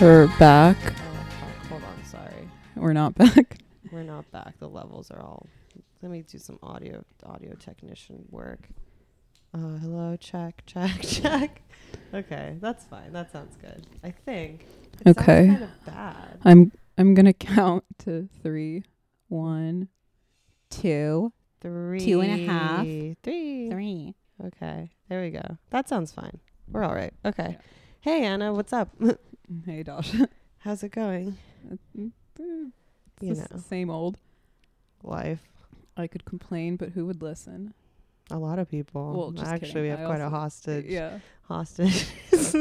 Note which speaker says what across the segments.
Speaker 1: We're back.
Speaker 2: Oh, fuck. Oh, Hold on. Sorry.
Speaker 1: We're not back.
Speaker 2: We're not back. The levels are all. Let me do some audio audio technician work. Uh, hello, check, check, check. Okay, that's fine. That sounds good. I think. It sounds
Speaker 1: Okay.
Speaker 2: Kind of bad.
Speaker 1: I'm I'm gonna count to three, one, two,
Speaker 2: Three,
Speaker 1: and a half.
Speaker 2: three.
Speaker 1: three.
Speaker 2: Okay, there we go. That sounds fine. We're all right. Okay.
Speaker 1: Yeah.
Speaker 2: Hey, Anna, what's up?
Speaker 1: Hey, Dosh.
Speaker 2: How's it going?
Speaker 1: Mm-hmm. you
Speaker 2: You know,
Speaker 1: same old.
Speaker 2: life.
Speaker 1: I could complain, but who would listen?
Speaker 2: A lot of people.
Speaker 1: Well, just
Speaker 2: Actually,
Speaker 1: kidding.
Speaker 2: we have
Speaker 1: I
Speaker 2: quite a
Speaker 1: also-
Speaker 2: hostage.
Speaker 1: Yeah.
Speaker 2: hostage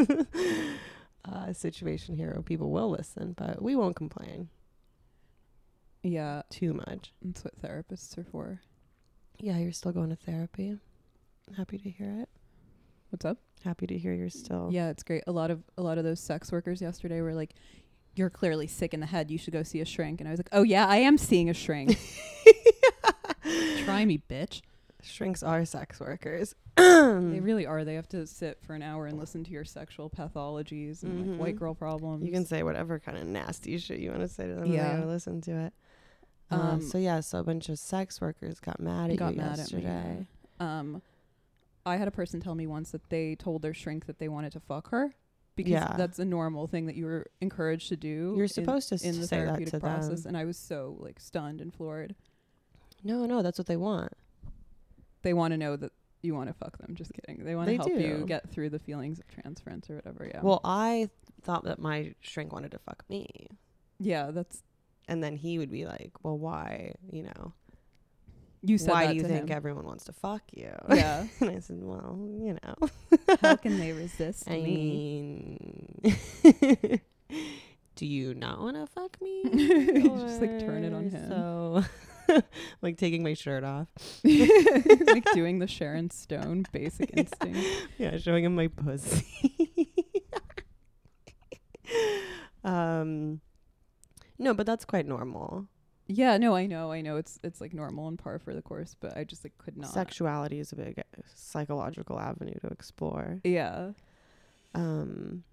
Speaker 2: uh, situation here where people will listen, but we won't complain
Speaker 1: Yeah.
Speaker 2: too much.
Speaker 1: That's what therapists are for.
Speaker 2: Yeah, you're still going to therapy. Happy to hear it.
Speaker 1: What's up?
Speaker 2: Happy to hear you're still.
Speaker 1: Yeah, it's great. A lot of a lot of those sex workers yesterday were like, "You're clearly sick in the head. You should go see a shrink." And I was like, "Oh yeah, I am seeing a shrink. Try me, bitch."
Speaker 2: Shrinks are sex workers. Hmm.
Speaker 1: They really are. They have to sit for an hour and listen to your sexual pathologies and
Speaker 2: Mhm.
Speaker 1: like white girl problems.
Speaker 2: You can say whatever kind of nasty shit you want to say to them. Yeah.
Speaker 1: Yeah.
Speaker 2: And they will listen to it. Uh,
Speaker 1: Um,
Speaker 2: so, yeah, so a bunch of sex workers got mad at
Speaker 1: got
Speaker 2: you
Speaker 1: mad
Speaker 2: yesterday.
Speaker 1: at me. yeah. Um, I had a person tell me once that they told their shrink that they wanted to fuck her because
Speaker 2: Yeah.
Speaker 1: that's a normal thing that you were encouraged to do.
Speaker 2: You're
Speaker 1: in-
Speaker 2: supposed to
Speaker 1: in,
Speaker 2: s-
Speaker 1: the
Speaker 2: say that
Speaker 1: therapeutic
Speaker 2: to
Speaker 1: process,
Speaker 2: them.
Speaker 1: and I was so like stunned and floored.
Speaker 2: No, no, that's what they want.
Speaker 1: They want to know that you want to fuck them. Just kidding. They want to
Speaker 2: They
Speaker 1: help you
Speaker 2: do.
Speaker 1: get through the feelings of transference or whatever. Yeah.
Speaker 2: Well, I thought that my shrink wanted to fuck me.
Speaker 1: yeah, that's
Speaker 2: and then he would be like, "Well, why? You know,
Speaker 1: you said
Speaker 2: why
Speaker 1: that
Speaker 2: do you
Speaker 1: to
Speaker 2: think
Speaker 1: him.
Speaker 2: everyone wants to fuck you?"
Speaker 1: yeah.
Speaker 2: and I said, "Well, you know,
Speaker 1: How can they resist
Speaker 2: I
Speaker 1: me?
Speaker 2: mean, do you not want to fuck me?"
Speaker 1: Just, like, turn it on
Speaker 2: Or
Speaker 1: him.
Speaker 2: So, like taking my shirt off.
Speaker 1: like doing the Sharon Stone basic instinct.
Speaker 2: Yeah, showing him my pussy. um, no, but that's quite normal.
Speaker 1: Yeah, no, I know, I know. It's it's like normal and par for the course, but I just like could not.
Speaker 2: Sexuality is a big uh, psychological avenue to explore.
Speaker 1: yeah,
Speaker 2: Um.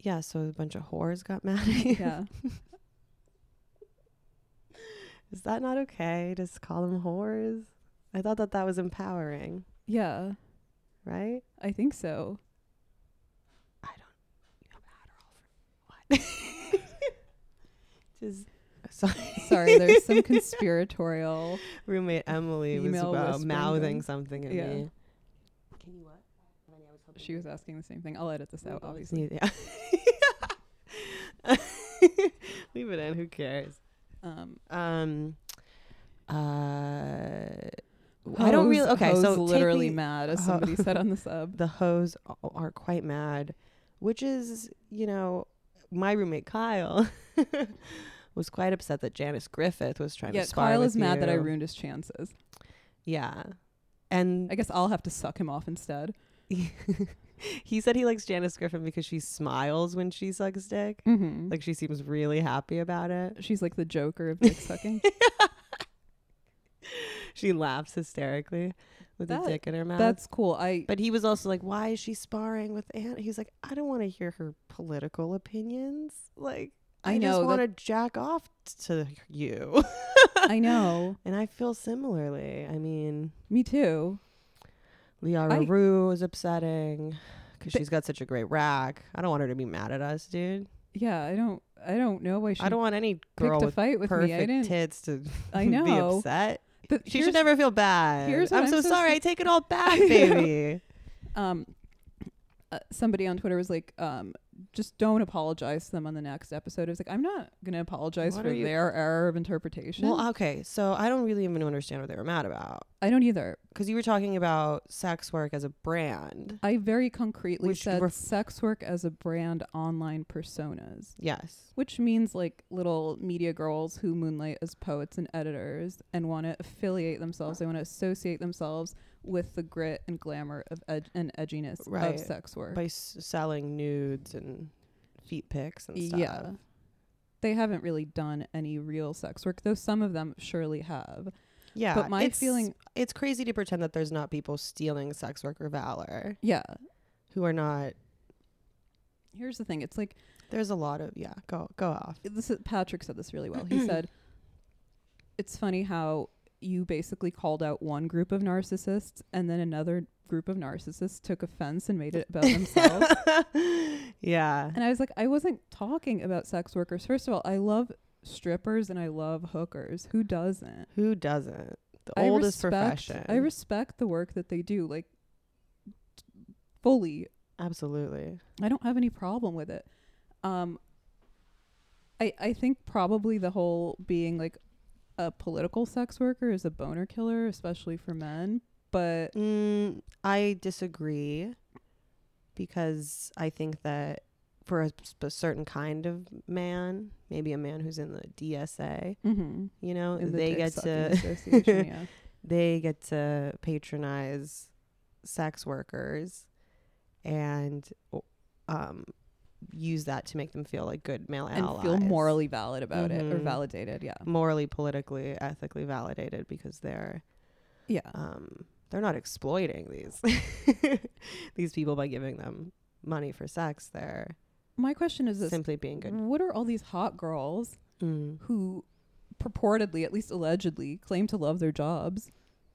Speaker 2: Yeah, so a bunch of whores got mad at you.
Speaker 1: yeah.
Speaker 2: Is that not okay? Just call them whores. I thought that that was empowering,
Speaker 1: yeah,
Speaker 2: right?
Speaker 1: I think so.
Speaker 2: I don't. You have Adderall for what? Just sorry.
Speaker 1: Sorry, there's some conspiratorial.
Speaker 2: Roommate Emily was
Speaker 1: Female
Speaker 2: uh,
Speaker 1: whispering
Speaker 2: mouthing
Speaker 1: them.
Speaker 2: something at
Speaker 1: Yeah.
Speaker 2: me. Can you what?
Speaker 1: She was asking the same thing. I'll edit this out, obviously.
Speaker 2: Yeah. Leave it in. Who cares?
Speaker 1: Um,
Speaker 2: Um, uh, I don't
Speaker 1: hoes-
Speaker 2: really. Okay,
Speaker 1: hoes
Speaker 2: so take
Speaker 1: literally
Speaker 2: me-
Speaker 1: mad, as
Speaker 2: Ho-
Speaker 1: somebody said on the sub.
Speaker 2: the hoes a- are quite mad, which is you know my roommate Kyle was quite upset that Janice Griffith was trying
Speaker 1: Yeah,
Speaker 2: to spar
Speaker 1: Kyle
Speaker 2: with
Speaker 1: is mad that I
Speaker 2: you.
Speaker 1: ruined his chances.
Speaker 2: Yeah, and
Speaker 1: I guess I'll have to suck him off instead.
Speaker 2: he said he likes Janice Griffith because she smiles when she sucks dick.
Speaker 1: Mm-hmm.
Speaker 2: Like she seems really happy about it.
Speaker 1: she's like the Joker of dick sucking.
Speaker 2: She laughs hysterically with
Speaker 1: That-
Speaker 2: a dick in her mouth.
Speaker 1: That's cool. I
Speaker 2: But he was also like, "Why is she sparring with Anna?" He's like, "I don't want to hear her political opinions. Like, I,
Speaker 1: I know,
Speaker 2: just
Speaker 1: that-
Speaker 2: want to jack off t- to you."
Speaker 1: I know.
Speaker 2: and I feel similarly. I mean,
Speaker 1: Me too. I-
Speaker 2: Liara Rue is upsetting because
Speaker 1: But-
Speaker 2: she's got such a great rack. I don't want her to be mad at us, dude.
Speaker 1: Yeah, I don't. I don't know why she
Speaker 2: I don't want any girl
Speaker 1: picked a
Speaker 2: with
Speaker 1: fight with me. I
Speaker 2: perfect
Speaker 1: didn't.
Speaker 2: tits to
Speaker 1: I
Speaker 2: be
Speaker 1: know.
Speaker 2: upset.
Speaker 1: But
Speaker 2: She
Speaker 1: here's-
Speaker 2: should never feel bad.
Speaker 1: here's what
Speaker 2: I'm,
Speaker 1: I'm
Speaker 2: so
Speaker 1: so
Speaker 2: sorry.
Speaker 1: sa-
Speaker 2: I take it all back,
Speaker 1: I know.
Speaker 2: baby.
Speaker 1: Um, uh, somebody on Twitter was like, um, just don't apologize to them on the next episode. I was like, I'm not gonna apologize
Speaker 2: What
Speaker 1: for
Speaker 2: are you-
Speaker 1: their error of interpretation.
Speaker 2: well, okay. So I don't really even understand what they were mad about.
Speaker 1: I don't either.
Speaker 2: because you were talking about sex work as a brand.
Speaker 1: I very concretely
Speaker 2: Which
Speaker 1: said
Speaker 2: ref-
Speaker 1: sex work as a brand online personas,
Speaker 2: Yes.
Speaker 1: which means like little media girls who moonlight as poets and editors and want to affiliate themselves. They want to associate themselves with the grit and glamour of ed- and edginess
Speaker 2: Right.
Speaker 1: of sex work.
Speaker 2: By s- selling nudes and feet pics and stuff.
Speaker 1: Yeah. They haven't really done any real sex work, though some of them surely have.
Speaker 2: Yeah.
Speaker 1: but my
Speaker 2: it's-
Speaker 1: feeling,
Speaker 2: it's crazy to pretend that there's not people stealing sex worker valor
Speaker 1: yeah,
Speaker 2: who are not
Speaker 1: Here's the thing. It's like
Speaker 2: There's a lot of yeah. Go go off.
Speaker 1: this is, Patrick said this really well. He said, "It's funny how you basically called out one group of narcissists, and then another group of narcissists took offense and made it about themselves."
Speaker 2: yeah.
Speaker 1: and I was like, "I wasn't talking about sex workers. First of all, I love strippers and I love hookers. Who doesn't?
Speaker 2: Who doesn't? The
Speaker 1: I
Speaker 2: oldest
Speaker 1: respect-
Speaker 2: profession.
Speaker 1: I respect the work that they do, like t- fully.
Speaker 2: Absolutely.
Speaker 1: I don't have any problem with it. Um, I I think probably the whole being like a political sex worker is a boner killer, especially for men. But
Speaker 2: Mm, I disagree because I think that for a, sp- certain kind of man, maybe a man who's in the DSA,
Speaker 1: mhm,
Speaker 2: you know,
Speaker 1: in
Speaker 2: Mm-hmm.
Speaker 1: the
Speaker 2: they
Speaker 1: dick
Speaker 2: get
Speaker 1: sucking
Speaker 2: to
Speaker 1: association, yeah.
Speaker 2: they get to patronize sex workers and um, use that to make them feel like good male
Speaker 1: and
Speaker 2: allies,
Speaker 1: feel morally valid about it or
Speaker 2: Mhm.
Speaker 1: validated. Yeah,
Speaker 2: morally, politically, ethically validated because they're
Speaker 1: yeah.
Speaker 2: um, they're not exploiting these these people by giving them money for sex. They're
Speaker 1: My question is this: Mm.
Speaker 2: simply being good.
Speaker 1: What are all these hot girls
Speaker 2: Mm.
Speaker 1: who purportedly, at least allegedly, claim to love their jobs,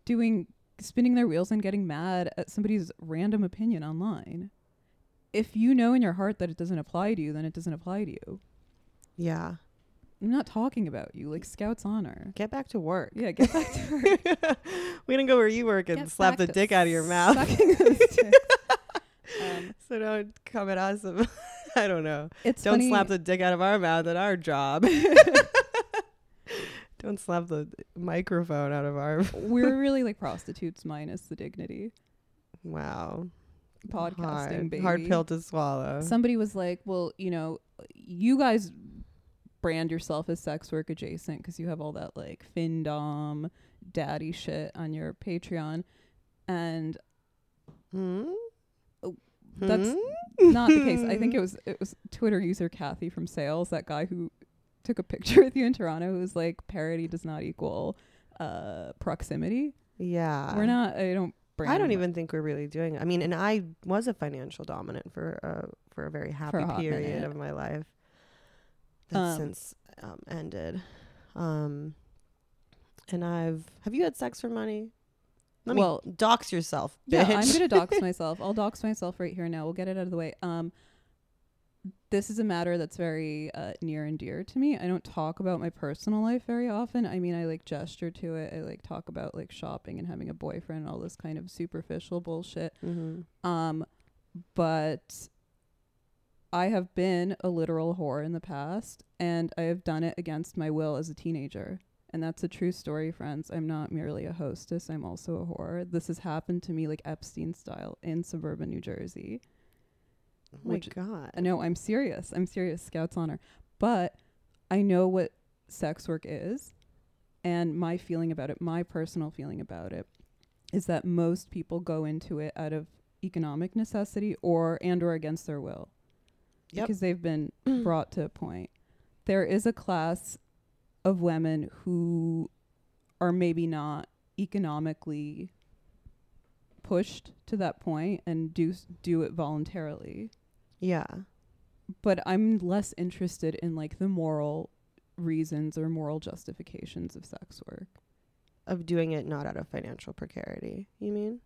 Speaker 1: doing spinning their wheels and getting mad at somebody's random opinion online. If you know in your heart that it doesn't apply to you, then it doesn't apply to you.
Speaker 2: Yeah,
Speaker 1: I'm not talking about you, like Scout's honor.
Speaker 2: get back to work.
Speaker 1: Yeah, get back to work.
Speaker 2: we didn't go where you work and
Speaker 1: Get
Speaker 2: slap
Speaker 1: back
Speaker 2: the
Speaker 1: to
Speaker 2: dick out of your mouth.
Speaker 1: sucking those dicks. Um,
Speaker 2: So don't come at us. ab- I don't know.
Speaker 1: it's
Speaker 2: Don't
Speaker 1: funny.
Speaker 2: slap the dick out of our mouth at our job. don't slap the microphone out of our.
Speaker 1: We're really like prostitutes minus the dignity.
Speaker 2: Wow.
Speaker 1: Podcasting,
Speaker 2: hard,
Speaker 1: baby.
Speaker 2: Hard pill to swallow.
Speaker 1: somebody was like, "Well, you know, you guys brand yourself as sex work adjacent because you have all that like fin dom daddy shit on your Patreon." And
Speaker 2: Hmm?
Speaker 1: Oh, That's
Speaker 2: Hmm?
Speaker 1: not the case. I think it was it was Twitter user Kathy from Sales, that guy who took a picture with you in Toronto, who was like, "Parody does not equal uh, proximity."
Speaker 2: Yeah.
Speaker 1: We're not. I don't. Brand
Speaker 2: Ah. I don't even think we're really doing. I mean, and I was a financial dominant for a for a very happy
Speaker 1: a hot
Speaker 2: period
Speaker 1: minute.
Speaker 2: of my life that's
Speaker 1: Um,
Speaker 2: since um, ended. Um, and I've have you had sex for money? Let
Speaker 1: Well-
Speaker 2: me dox yourself,
Speaker 1: Yeah,
Speaker 2: bitch.
Speaker 1: I'm gonna dox myself. I'll dox myself right here now. We'll get it out of the way. Um, this is a matter that's very uh, near and dear to me. I don't talk about my personal life very often. I mean, I like gesture to it. I like talk about like shopping and having a boyfriend and all this kind of superficial bullshit.
Speaker 2: hmm
Speaker 1: Um, but I have been a literal whore in the past, and I have done it against my will as a teenager. And that's a true story, friends. I'm not merely a hostess, I'm also a whore. This has happened to me like Epstein style in suburban New Jersey.
Speaker 2: Oh my
Speaker 1: Which-
Speaker 2: god.
Speaker 1: Uh, No, I'm serious. I'm serious. Scout's honor. But I know what sex work is and my feeling about it, my personal feeling about it is that most people go into it out of economic necessity or and or against their will
Speaker 2: Yep.
Speaker 1: because they've been brought to a point. There is a class of women who are maybe not economically pushed to that point and do s- do it voluntarily
Speaker 2: Yeah.
Speaker 1: but I'm less interested in like the moral reasons or moral justifications of sex work.
Speaker 2: Of doing it not out of financial precarity. You mean?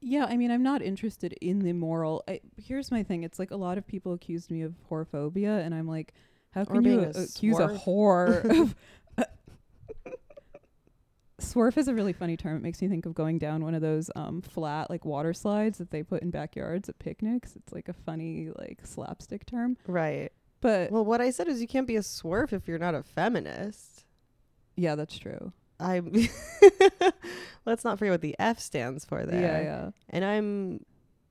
Speaker 1: Yeah, I mean, I'm not interested in the moral. I, here's my thing: it's like a lot of people accused me of whorephobia, and I'm like, how can you
Speaker 2: being a
Speaker 1: a- accuse a
Speaker 2: swerf.
Speaker 1: whore of? Swerf is a really funny term. It makes me think of going down one of those um, flat like water slides that they put in backyards at picnics. It's like a funny like slapstick term.
Speaker 2: Right.
Speaker 1: But
Speaker 2: Well, what I said is you can't be a swerf if you're not a feminist.
Speaker 1: yeah, that's true.
Speaker 2: I let's not forget what the F stands for there.
Speaker 1: Yeah, yeah.
Speaker 2: And I'm,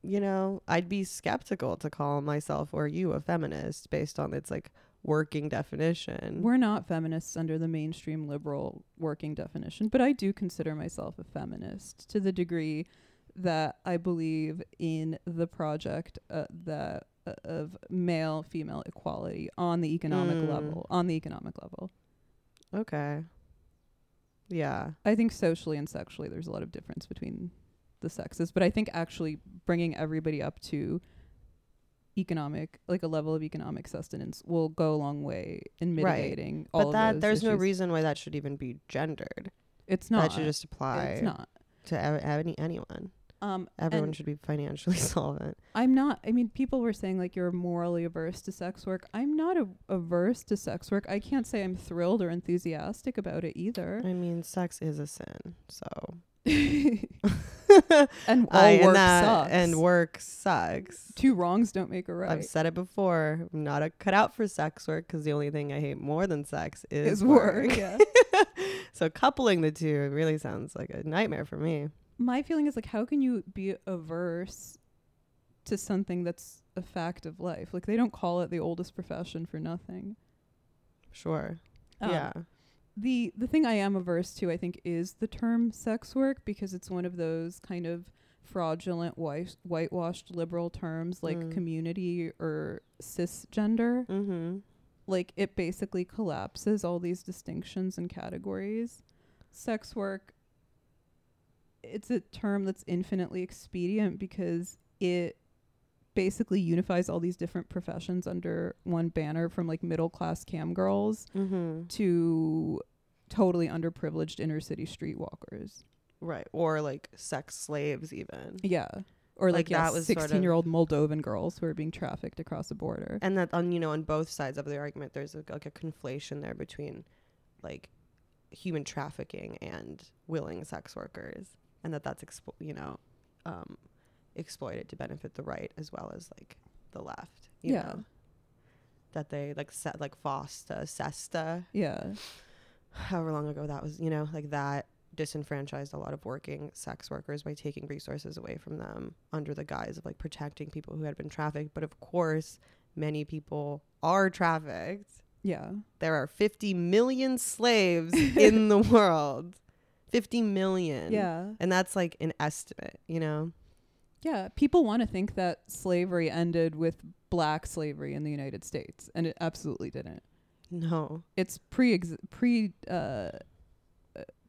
Speaker 2: you know, I'd be skeptical to call myself or you a feminist based on its like working definition.
Speaker 1: We're not feminists under the mainstream liberal working definition, but I do consider myself a feminist to the degree that I believe in the project uh, that uh, of male female equality on the economic
Speaker 2: Mm.
Speaker 1: level, on the economic level.
Speaker 2: okay. Yeah.
Speaker 1: I think socially and sexually there's a lot of difference between the sexes, but I think actually bringing everybody up to economic, like a level of economic sustenance, will go a long way in
Speaker 2: Right.
Speaker 1: mitigating all
Speaker 2: But
Speaker 1: of
Speaker 2: that
Speaker 1: those
Speaker 2: there's no
Speaker 1: issues.
Speaker 2: reason why that should even be gendered.
Speaker 1: It's not.
Speaker 2: That should just apply
Speaker 1: It's not.
Speaker 2: to ev- any anyone.
Speaker 1: Um,
Speaker 2: Everyone
Speaker 1: and-
Speaker 2: should be financially solvent.
Speaker 1: I'm not. I mean, people were saying like you're morally averse to sex work. I'm not a- averse to sex work. I can't say I'm thrilled or enthusiastic about it either.
Speaker 2: I mean, sex is a sin, so
Speaker 1: and all
Speaker 2: I- and
Speaker 1: work
Speaker 2: that-
Speaker 1: sucks.
Speaker 2: And work sucks.
Speaker 1: two wrongs don't make a right.
Speaker 2: I've said it before. I'm not a cut out for sex work because the only thing I hate more than sex is,
Speaker 1: Is
Speaker 2: work.
Speaker 1: work. yeah.
Speaker 2: So coupling the two really sounds like a nightmare for me.
Speaker 1: My feeling is like, how can you be averse to something that's a fact of life? Like they don't call it the oldest profession for nothing.
Speaker 2: Sure.
Speaker 1: Um,
Speaker 2: yeah.
Speaker 1: the the thing I am averse to, I think, is the term sex work because it's one of those kind of fraudulent, white, whitewashed liberal terms like
Speaker 2: Mm.
Speaker 1: community or cisgender.
Speaker 2: Mm-hmm.
Speaker 1: Like it basically collapses all these distinctions and categories. Sex work. It's a term that's infinitely expedient because it basically unifies all these different professions under one banner from like middle class cam girls
Speaker 2: Mm-hmm.
Speaker 1: to totally underprivileged inner city streetwalkers.
Speaker 2: Right. Or like sex slaves, even.
Speaker 1: Yeah. Or
Speaker 2: Like,
Speaker 1: like, yeah,
Speaker 2: that was sort of-
Speaker 1: 16 year old Moldovan girls who are being trafficked across the border.
Speaker 2: And that on you know on both sides of the argument, there's like, like a conflation there between like human trafficking and willing sex workers, and that that's expo- you know um, exploited to benefit the right as well as like the left. You
Speaker 1: Yeah.
Speaker 2: Know? That they like set like FOSTA, SESTA,
Speaker 1: Yeah.
Speaker 2: however long ago that was, you know, like that disenfranchised a lot of working sex workers by taking resources away from them under the guise of like protecting people who had been trafficked. But of course, many people are trafficked.
Speaker 1: Yeah.
Speaker 2: There are 50 million slaves in the world. 50 million.
Speaker 1: Yeah.
Speaker 2: And that's like an estimate, you know?
Speaker 1: Yeah. People want to think that slavery ended with black slavery in the United States, and it absolutely didn't.
Speaker 2: No.
Speaker 1: It's pre pre uh,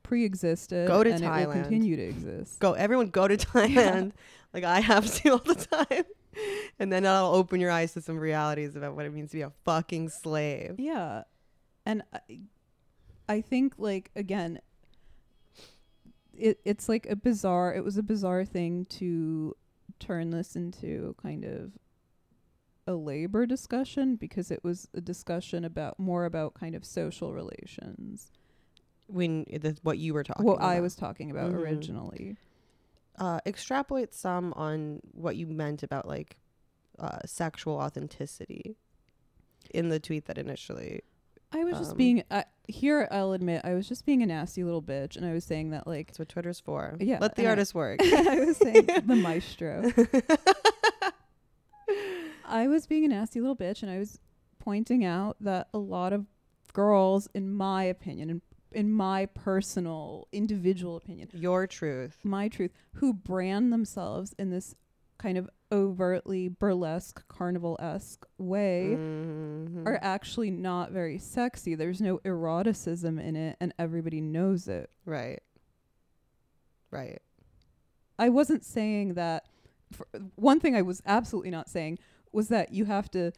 Speaker 1: pre existed.
Speaker 2: Go to
Speaker 1: and It will
Speaker 2: Thailand.
Speaker 1: continue to exist.
Speaker 2: Go, everyone go to Thailand. Like I have to all the time. And then that'll open your eyes to some realities about what it means to be a fucking slave.
Speaker 1: Yeah. And I, I think like again it it's like a bizarre it was a bizarre thing to turn this into kind of a labor discussion because it was a discussion about more about kind of social relations.
Speaker 2: when eh, the, what you were talking
Speaker 1: what
Speaker 2: about.
Speaker 1: I was talking about
Speaker 2: Mhm.
Speaker 1: originally.
Speaker 2: uh, extrapolate some on what you meant about like uh, sexual authenticity in the tweet that initially
Speaker 1: I was just
Speaker 2: Um,
Speaker 1: being I here I'll admit I was just being a nasty little bitch and I was saying that like
Speaker 2: that's what twitter's for
Speaker 1: Yeah,
Speaker 2: let the
Speaker 1: and I-
Speaker 2: artist work
Speaker 1: I was saying the maestro. I was being a nasty little bitch and I was pointing out that a lot of girls, in my opinion, in, in my personal, individual opinion,
Speaker 2: your truth
Speaker 1: my truth, who brand themselves in this kind of overtly burlesque, carnival esque way
Speaker 2: Mhm.
Speaker 1: are actually not very sexy. There's no eroticism in it and everybody knows it.
Speaker 2: right right
Speaker 1: I wasn't saying that. For one thing I was absolutely not saying was that you have to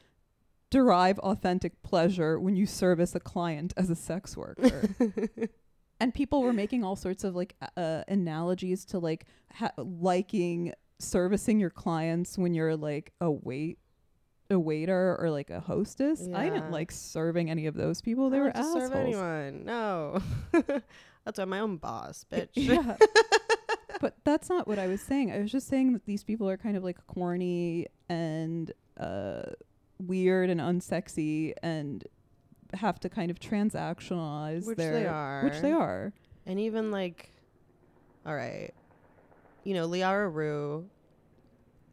Speaker 1: derive authentic pleasure when you service a client as a sex worker. and people were making all sorts of like a- uh, analogies to like ha- liking servicing your clients when you're like a wait a waiter or like a hostess. I
Speaker 2: Yeah.
Speaker 1: didn't like serving any of those people. They
Speaker 2: I
Speaker 1: were
Speaker 2: don't have to
Speaker 1: assholes.
Speaker 2: serve anyone no that's why i'm my own boss bitch
Speaker 1: Yeah. but that's not what I was saying. I was just saying that these people are kind of like corny and uh, weird and unsexy and have to kind of transactionalize
Speaker 2: which
Speaker 1: their
Speaker 2: they are
Speaker 1: which they are.
Speaker 2: And even like, all right, you know, Liara Rue,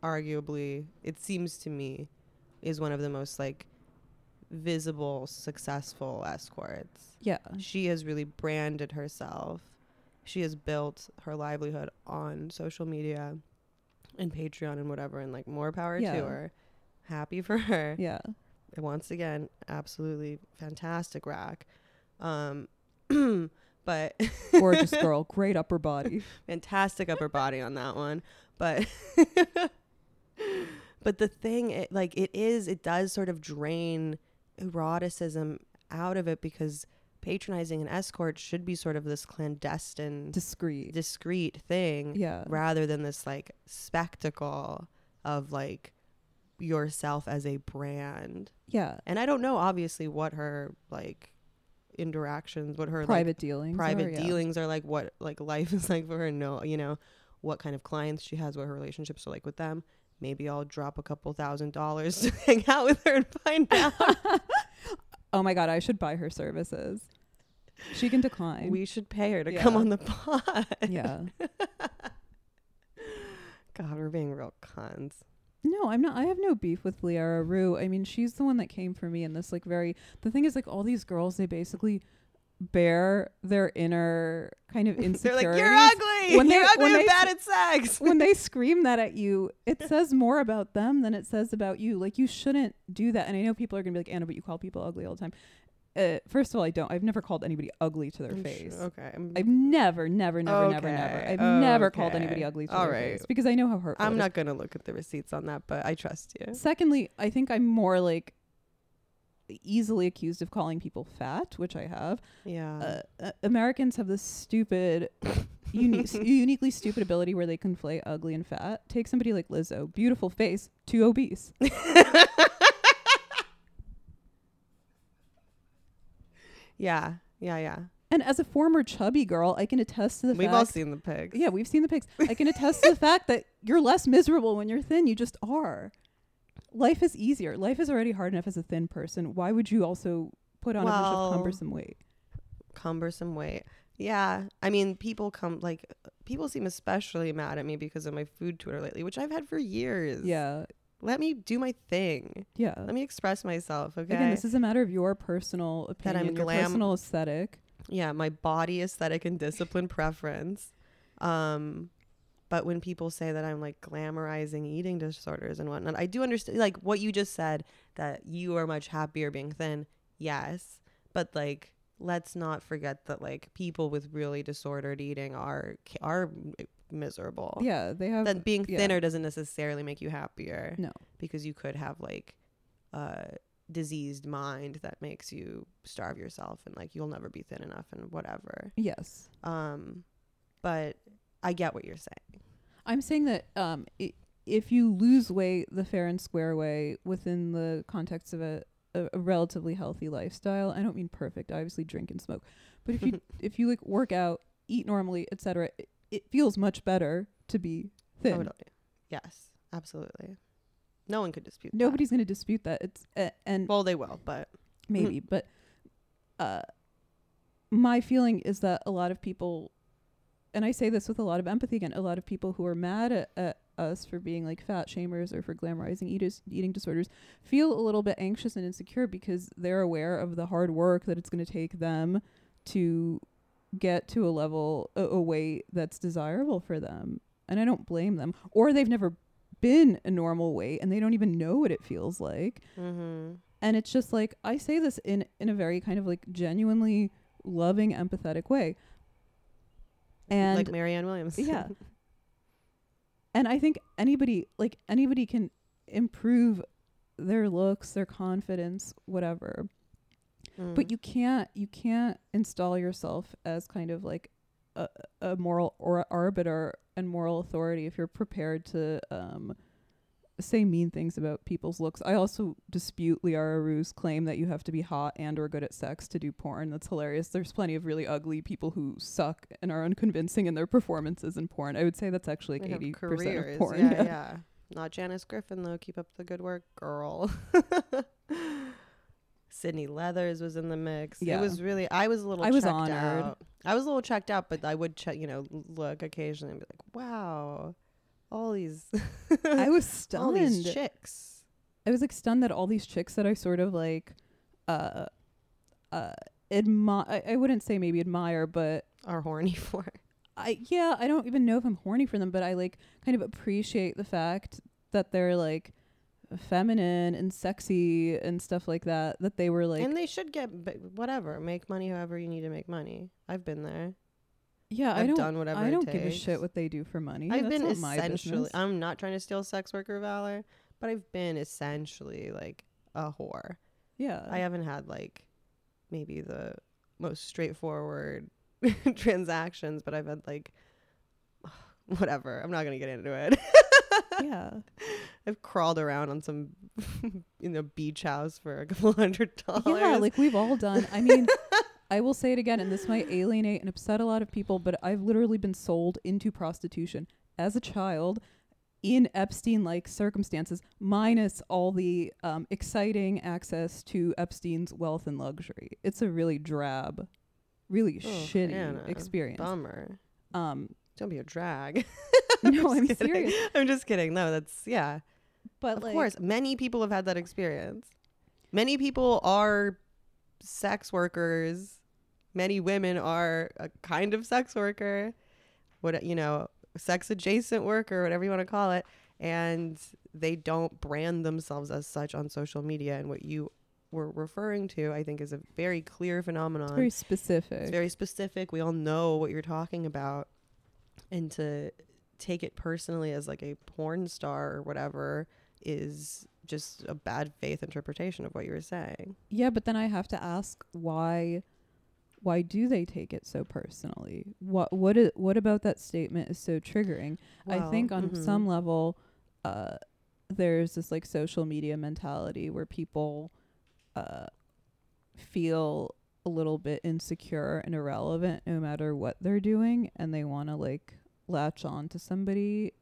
Speaker 2: arguably, it seems to me, is one of the most like visible, successful escorts.
Speaker 1: Yeah.
Speaker 2: She has really branded herself. She has built her livelihood on social media and Patreon and whatever, and like more power
Speaker 1: Yeah.
Speaker 2: to her. Happy for her
Speaker 1: Yeah.
Speaker 2: and once again, absolutely fantastic rack. Um, but
Speaker 1: Gorgeous girl, great upper body.
Speaker 2: fantastic upper body on that one. But but But the thing, it, like, it is, it does sort of drain eroticism out of it because patronizing an escort should be sort of this clandestine,
Speaker 1: Discreet.
Speaker 2: discreet thing
Speaker 1: yeah.
Speaker 2: rather than this like spectacle of like yourself as a brand.
Speaker 1: Yeah.
Speaker 2: And I don't know, obviously, what her like interactions, what her like,
Speaker 1: Private dealings. or-
Speaker 2: private
Speaker 1: yeah.
Speaker 2: dealings are like what like life is like for her no you know what kind of clients she has what her relationships are like with them maybe i'll drop a couple thousand dollars to hang out with her and find out
Speaker 1: Oh my god, I should buy her services. She can decline.
Speaker 2: we should pay her to come
Speaker 1: Yeah.
Speaker 2: on the pod
Speaker 1: yeah.
Speaker 2: god we're being real cons
Speaker 1: No, I'm not. I have no beef with Liara Rue. I mean, she's the one that came for me in this like very. The thing is, like all these girls, they basically bear their inner kind of
Speaker 2: they're
Speaker 1: insecurities.
Speaker 2: like you're ugly
Speaker 1: When
Speaker 2: you're
Speaker 1: they-
Speaker 2: ugly
Speaker 1: when
Speaker 2: and
Speaker 1: they-
Speaker 2: bad at sex
Speaker 1: when they scream that at you, it says more about them than it says about you. Like you shouldn't do that. And I know people are gonna be like, Anna, but you call people ugly all the time. Uh, first of all, I don't. I've never called anybody ugly to their
Speaker 2: I'm
Speaker 1: face.
Speaker 2: sure- okay I'm,
Speaker 1: I've never, never, never, never, never.
Speaker 2: Okay,
Speaker 1: I've never called
Speaker 2: okay.
Speaker 1: anybody ugly to
Speaker 2: All
Speaker 1: their
Speaker 2: right.
Speaker 1: face because I know how hurtful.
Speaker 2: I'm
Speaker 1: it is.
Speaker 2: not gonna look at the receipts on that but i trust you
Speaker 1: Secondly, I think I'm more like easily accused of calling people fat, which I have.
Speaker 2: yeah
Speaker 1: Uh, uh, Americans have this stupid, uni- s- uniquely stupid ability where they conflate ugly and fat. Take somebody like Lizzo, beautiful face, too obese.
Speaker 2: yeah yeah yeah
Speaker 1: And as a former chubby girl, I can attest to the
Speaker 2: We've
Speaker 1: fact.
Speaker 2: all seen the pigs.
Speaker 1: yeah, we've seen the pics. I can attest to the fact that you're less miserable when you're thin. You just are. Life is easier. Life is already hard enough as a thin person. Why would you also put on a bunch
Speaker 2: Well,
Speaker 1: of cumbersome weight?
Speaker 2: Cumbersome weight. Yeah. I mean, people come, like, people seem especially mad at me because of my food Twitter lately, which I've had for years.
Speaker 1: Yeah,
Speaker 2: Let me do my thing.
Speaker 1: yeah.
Speaker 2: Let me express myself, okay?
Speaker 1: Again, this is a matter of your personal
Speaker 2: That
Speaker 1: opinion,
Speaker 2: I'm
Speaker 1: your
Speaker 2: glam-
Speaker 1: personal aesthetic.
Speaker 2: yeah, my body aesthetic and discipline preference. Um, but when people say that I'm like glamorizing eating disorders and whatnot, I do understand like what you just said that you are much happier being thin. Yes, but like let's not forget that like people with really disordered eating are are miserable.
Speaker 1: Yeah, they have.
Speaker 2: That being
Speaker 1: yeah.
Speaker 2: thinner doesn't necessarily make you happier.
Speaker 1: No.
Speaker 2: because you could have like a diseased mind that makes you starve yourself and like you'll never be thin enough and whatever.
Speaker 1: yes,
Speaker 2: Um, but I get what you're saying.
Speaker 1: I'm saying that um, i if you lose weight the fair and square way within the context of a, a, a relatively healthy lifestyle, I don't mean perfect. Obviously, drink and smoke, but if you if you like work out, eat normally, etc., it, it feels much better to be thin.
Speaker 2: Totally. Yes, absolutely. No one could dispute. that.
Speaker 1: Nobody's going to dispute that. It's uh, and
Speaker 2: Well, they will, but
Speaker 1: maybe but uh my feeling is that a lot of people and i say this with a lot of empathy again a lot of people who are mad at, at us for being like fat shamers or for glamorizing eaters, eating disorders feel a little bit anxious and insecure because they're aware of the hard work that it's going to take them to get to a level a, a weight that's desirable for them and i don't blame them or they've never been a normal weight and they don't even know what it feels like
Speaker 2: mm-hmm.
Speaker 1: and it's just like i say this in in a very kind of like genuinely loving empathetic way and
Speaker 2: like Marianne Williams.
Speaker 1: yeah and i think anybody like anybody can improve their looks their confidence whatever
Speaker 2: Mm-hmm.
Speaker 1: but you can't you can't install yourself as kind of like a, a moral or arbiter and moral authority if you're prepared to um say mean things about people's looks. I also dispute Liara Rue's claim that you have to be hot and or good at sex to do porn. That's hilarious. There's plenty of really ugly people who suck and are unconvincing in their performances in porn. I would say that's actually like eighty percent of porn.
Speaker 2: Yeah, yeah. Not Janice Griffin though. Keep up the good work, girl. Sydney Leathers was in the mix. It
Speaker 1: Yeah.
Speaker 2: was really. I was a little.
Speaker 1: I was
Speaker 2: checked
Speaker 1: honored.
Speaker 2: out. I was a little checked out, but I would check. You know, look occasionally and be like, "Wow, all these,
Speaker 1: I was
Speaker 2: all
Speaker 1: stunned.
Speaker 2: these chicks."
Speaker 1: I was like stunned that all these chicks that I sort of like uh uh admire I, I wouldn't say maybe admire but
Speaker 2: Are horny for.
Speaker 1: I yeah, I don't even know if I'm horny for them but I like kind of appreciate the fact that they're like feminine and sexy and stuff like that that they were like
Speaker 2: and they should get b- whatever. Make money however you need to make money. I've been there.
Speaker 1: yeah, I
Speaker 2: I've
Speaker 1: don't
Speaker 2: done whatever
Speaker 1: I
Speaker 2: it
Speaker 1: don't give a
Speaker 2: takes.
Speaker 1: shit what they do for money.
Speaker 2: I've
Speaker 1: That's
Speaker 2: been
Speaker 1: not my
Speaker 2: essentially. um,
Speaker 1: business.
Speaker 2: I'm not trying to steal sex worker valor, but I've been essentially like a whore.
Speaker 1: Yeah.
Speaker 2: I haven't had like maybe the most straightforward transactions, but I've had like whatever. I'm not gonna get into it.
Speaker 1: yeah.
Speaker 2: I've crawled around on some you know beach house for a couple hundred dollars.
Speaker 1: Yeah, like we've all done. I mean, I will say it again, and this might alienate and upset a lot of people, but I've literally been sold into prostitution as a child in Epstein like circumstances, minus all the um, exciting access to Epstein's wealth and luxury. It's a really drab, really
Speaker 2: Oh,
Speaker 1: shitty
Speaker 2: Hannah,
Speaker 1: experience.
Speaker 2: bummer.
Speaker 1: Um,
Speaker 2: Don't be a drag.
Speaker 1: no, I'm
Speaker 2: Just kidding.
Speaker 1: serious.
Speaker 2: I'm just kidding. No, that's yeah.
Speaker 1: But
Speaker 2: of
Speaker 1: like,
Speaker 2: course, many people have had that experience. Many people are sex workers. Many women are a kind of sex worker, what you know, sex adjacent worker, whatever you want to call it, and they don't brand themselves as such on social media. And what you were referring to, I think, is a very clear phenomenon.
Speaker 1: it's very specific.
Speaker 2: It's very specific. We all know what you're talking about. And to take it personally as like a porn star or whatever is just a bad faith interpretation of what you were saying.
Speaker 1: Yeah, but then I have to ask why why do they take it so personally? What what i- what about that statement is so triggering? I
Speaker 2: Well,
Speaker 1: think on
Speaker 2: mhm.
Speaker 1: some level uh there's this like social media mentality where people uh feel a little bit insecure and irrelevant no matter what they're doing and they want to like latch on to somebody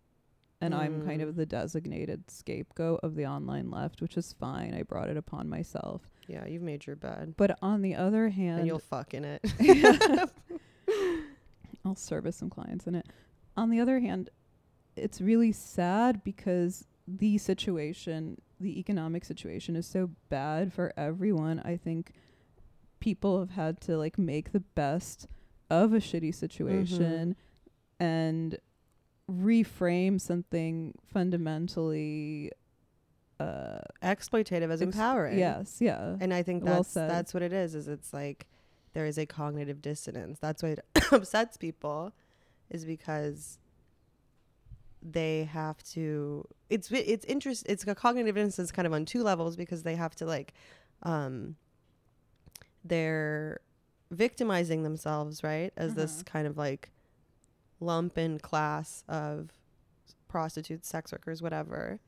Speaker 1: and I'm kind
Speaker 2: Mm.
Speaker 1: of the designated scapegoat of the online left, which is fine. I brought it upon myself.
Speaker 2: Yeah, you've made your bed.
Speaker 1: But on the other
Speaker 2: And,
Speaker 1: hand,
Speaker 2: you'll fuck in it.
Speaker 1: I'll service some clients in it. On the other hand, it's really sad because the situation, the economic situation is so bad for everyone. I think people have had to like make the best of a shitty situation
Speaker 2: Mm-hmm.
Speaker 1: and reframe something fundamentally uh
Speaker 2: Exploitative as
Speaker 1: ex-
Speaker 2: empowering.
Speaker 1: Yes, yeah.
Speaker 2: And I think
Speaker 1: Well
Speaker 2: that's
Speaker 1: said.
Speaker 2: that's what it is. Is it's like there is a cognitive dissonance. That's why it upsets people, is because they have to. It's it's interest. It's a cognitive dissonance kind of on two levels because they have to like, um, they're victimizing themselves right as this
Speaker 1: Mhm.
Speaker 2: kind of like lump in class of prostitutes, sex workers, whatever.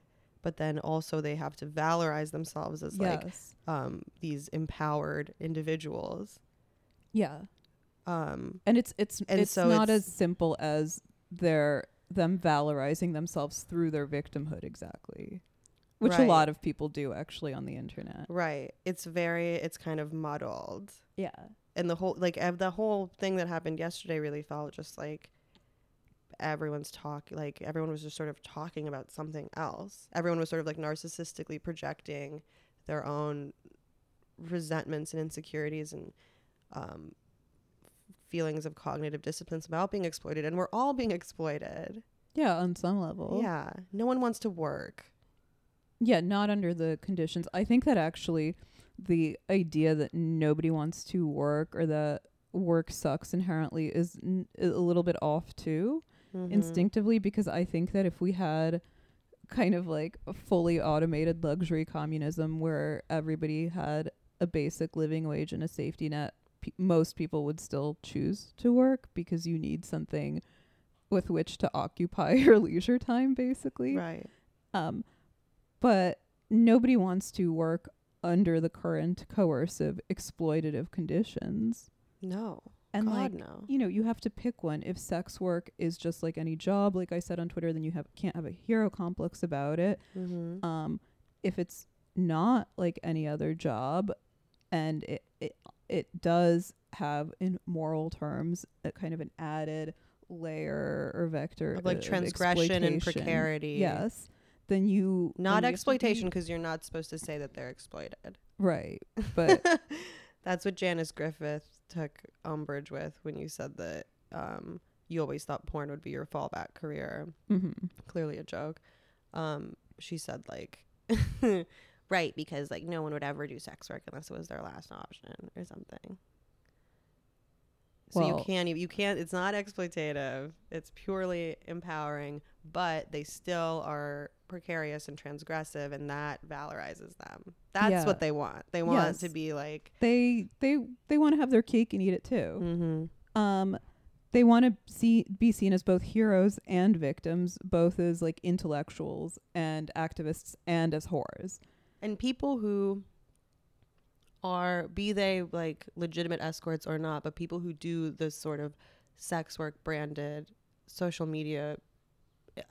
Speaker 2: But then also they have to valorize themselves as like
Speaker 1: yes.
Speaker 2: um, these empowered individuals.
Speaker 1: Yeah.
Speaker 2: Um,
Speaker 1: and it's it's
Speaker 2: And
Speaker 1: it's
Speaker 2: so
Speaker 1: not
Speaker 2: it's-
Speaker 1: as simple as their them valorizing themselves through their victimhood exactly which a
Speaker 2: Right.
Speaker 1: lot of people do actually on the internet
Speaker 2: right. It's very, it's kind of muddled.
Speaker 1: yeah
Speaker 2: And the whole, like, ev- the whole thing that happened yesterday really felt just like everyone's talk, like, everyone was just sort of talking about something else. Everyone was sort of like narcissistically projecting their own resentments and insecurities and, um, feelings of cognitive dissonance about being exploited and we're all being exploited
Speaker 1: yeah on some level
Speaker 2: yeah no one wants to work
Speaker 1: yeah not under the conditions i think that actually the idea that nobody wants to work or that work sucks inherently is n- a little bit off too
Speaker 2: Mhm.
Speaker 1: instinctively because I think that if we had kind of like a fully automated luxury communism where everybody had a basic living wage and a safety net, pe- most people would still choose to work because you need something with which to occupy your leisure time, basically.
Speaker 2: Right.
Speaker 1: Um, but nobody wants to work under the current coercive, exploitative conditions.
Speaker 2: No.
Speaker 1: And
Speaker 2: God,
Speaker 1: like, e
Speaker 2: no.
Speaker 1: you know, you have to pick one. If sex work is just like any job, like I said on Twitter, then you have can't have a hero complex about it.
Speaker 2: Mm-hmm.
Speaker 1: Um, if it's not like any other job, and it it, it does have in moral terms a kind of an added layer or vector
Speaker 2: Of like transgression and
Speaker 1: exploitation,
Speaker 2: precarity.
Speaker 1: Yes, then you
Speaker 2: Not
Speaker 1: then you have to be-
Speaker 2: exploitation because you're not supposed to say that they're exploited.
Speaker 1: right? But
Speaker 2: That's what Janice Griffith took umbrage with when you said that um, you always thought porn would be your fallback career.
Speaker 1: mhm.
Speaker 2: Clearly a joke. Um, she said, like, right, because like no one would ever do sex work unless it was their last option or something. So you
Speaker 1: Well-
Speaker 2: can't ev- you can't it's not exploitative. It's purely empowering, but they still are precarious and transgressive and that valorizes them. That's
Speaker 1: Yeah.
Speaker 2: what they want. They want to
Speaker 1: Yes.
Speaker 2: be like
Speaker 1: They they they want to have their cake and eat it too.
Speaker 2: mm-hmm.
Speaker 1: um they want to see be seen as both heroes and victims both as like intellectuals and activists and as whores
Speaker 2: and people who are be they like legitimate escorts or not but people who do this sort of sex work branded social media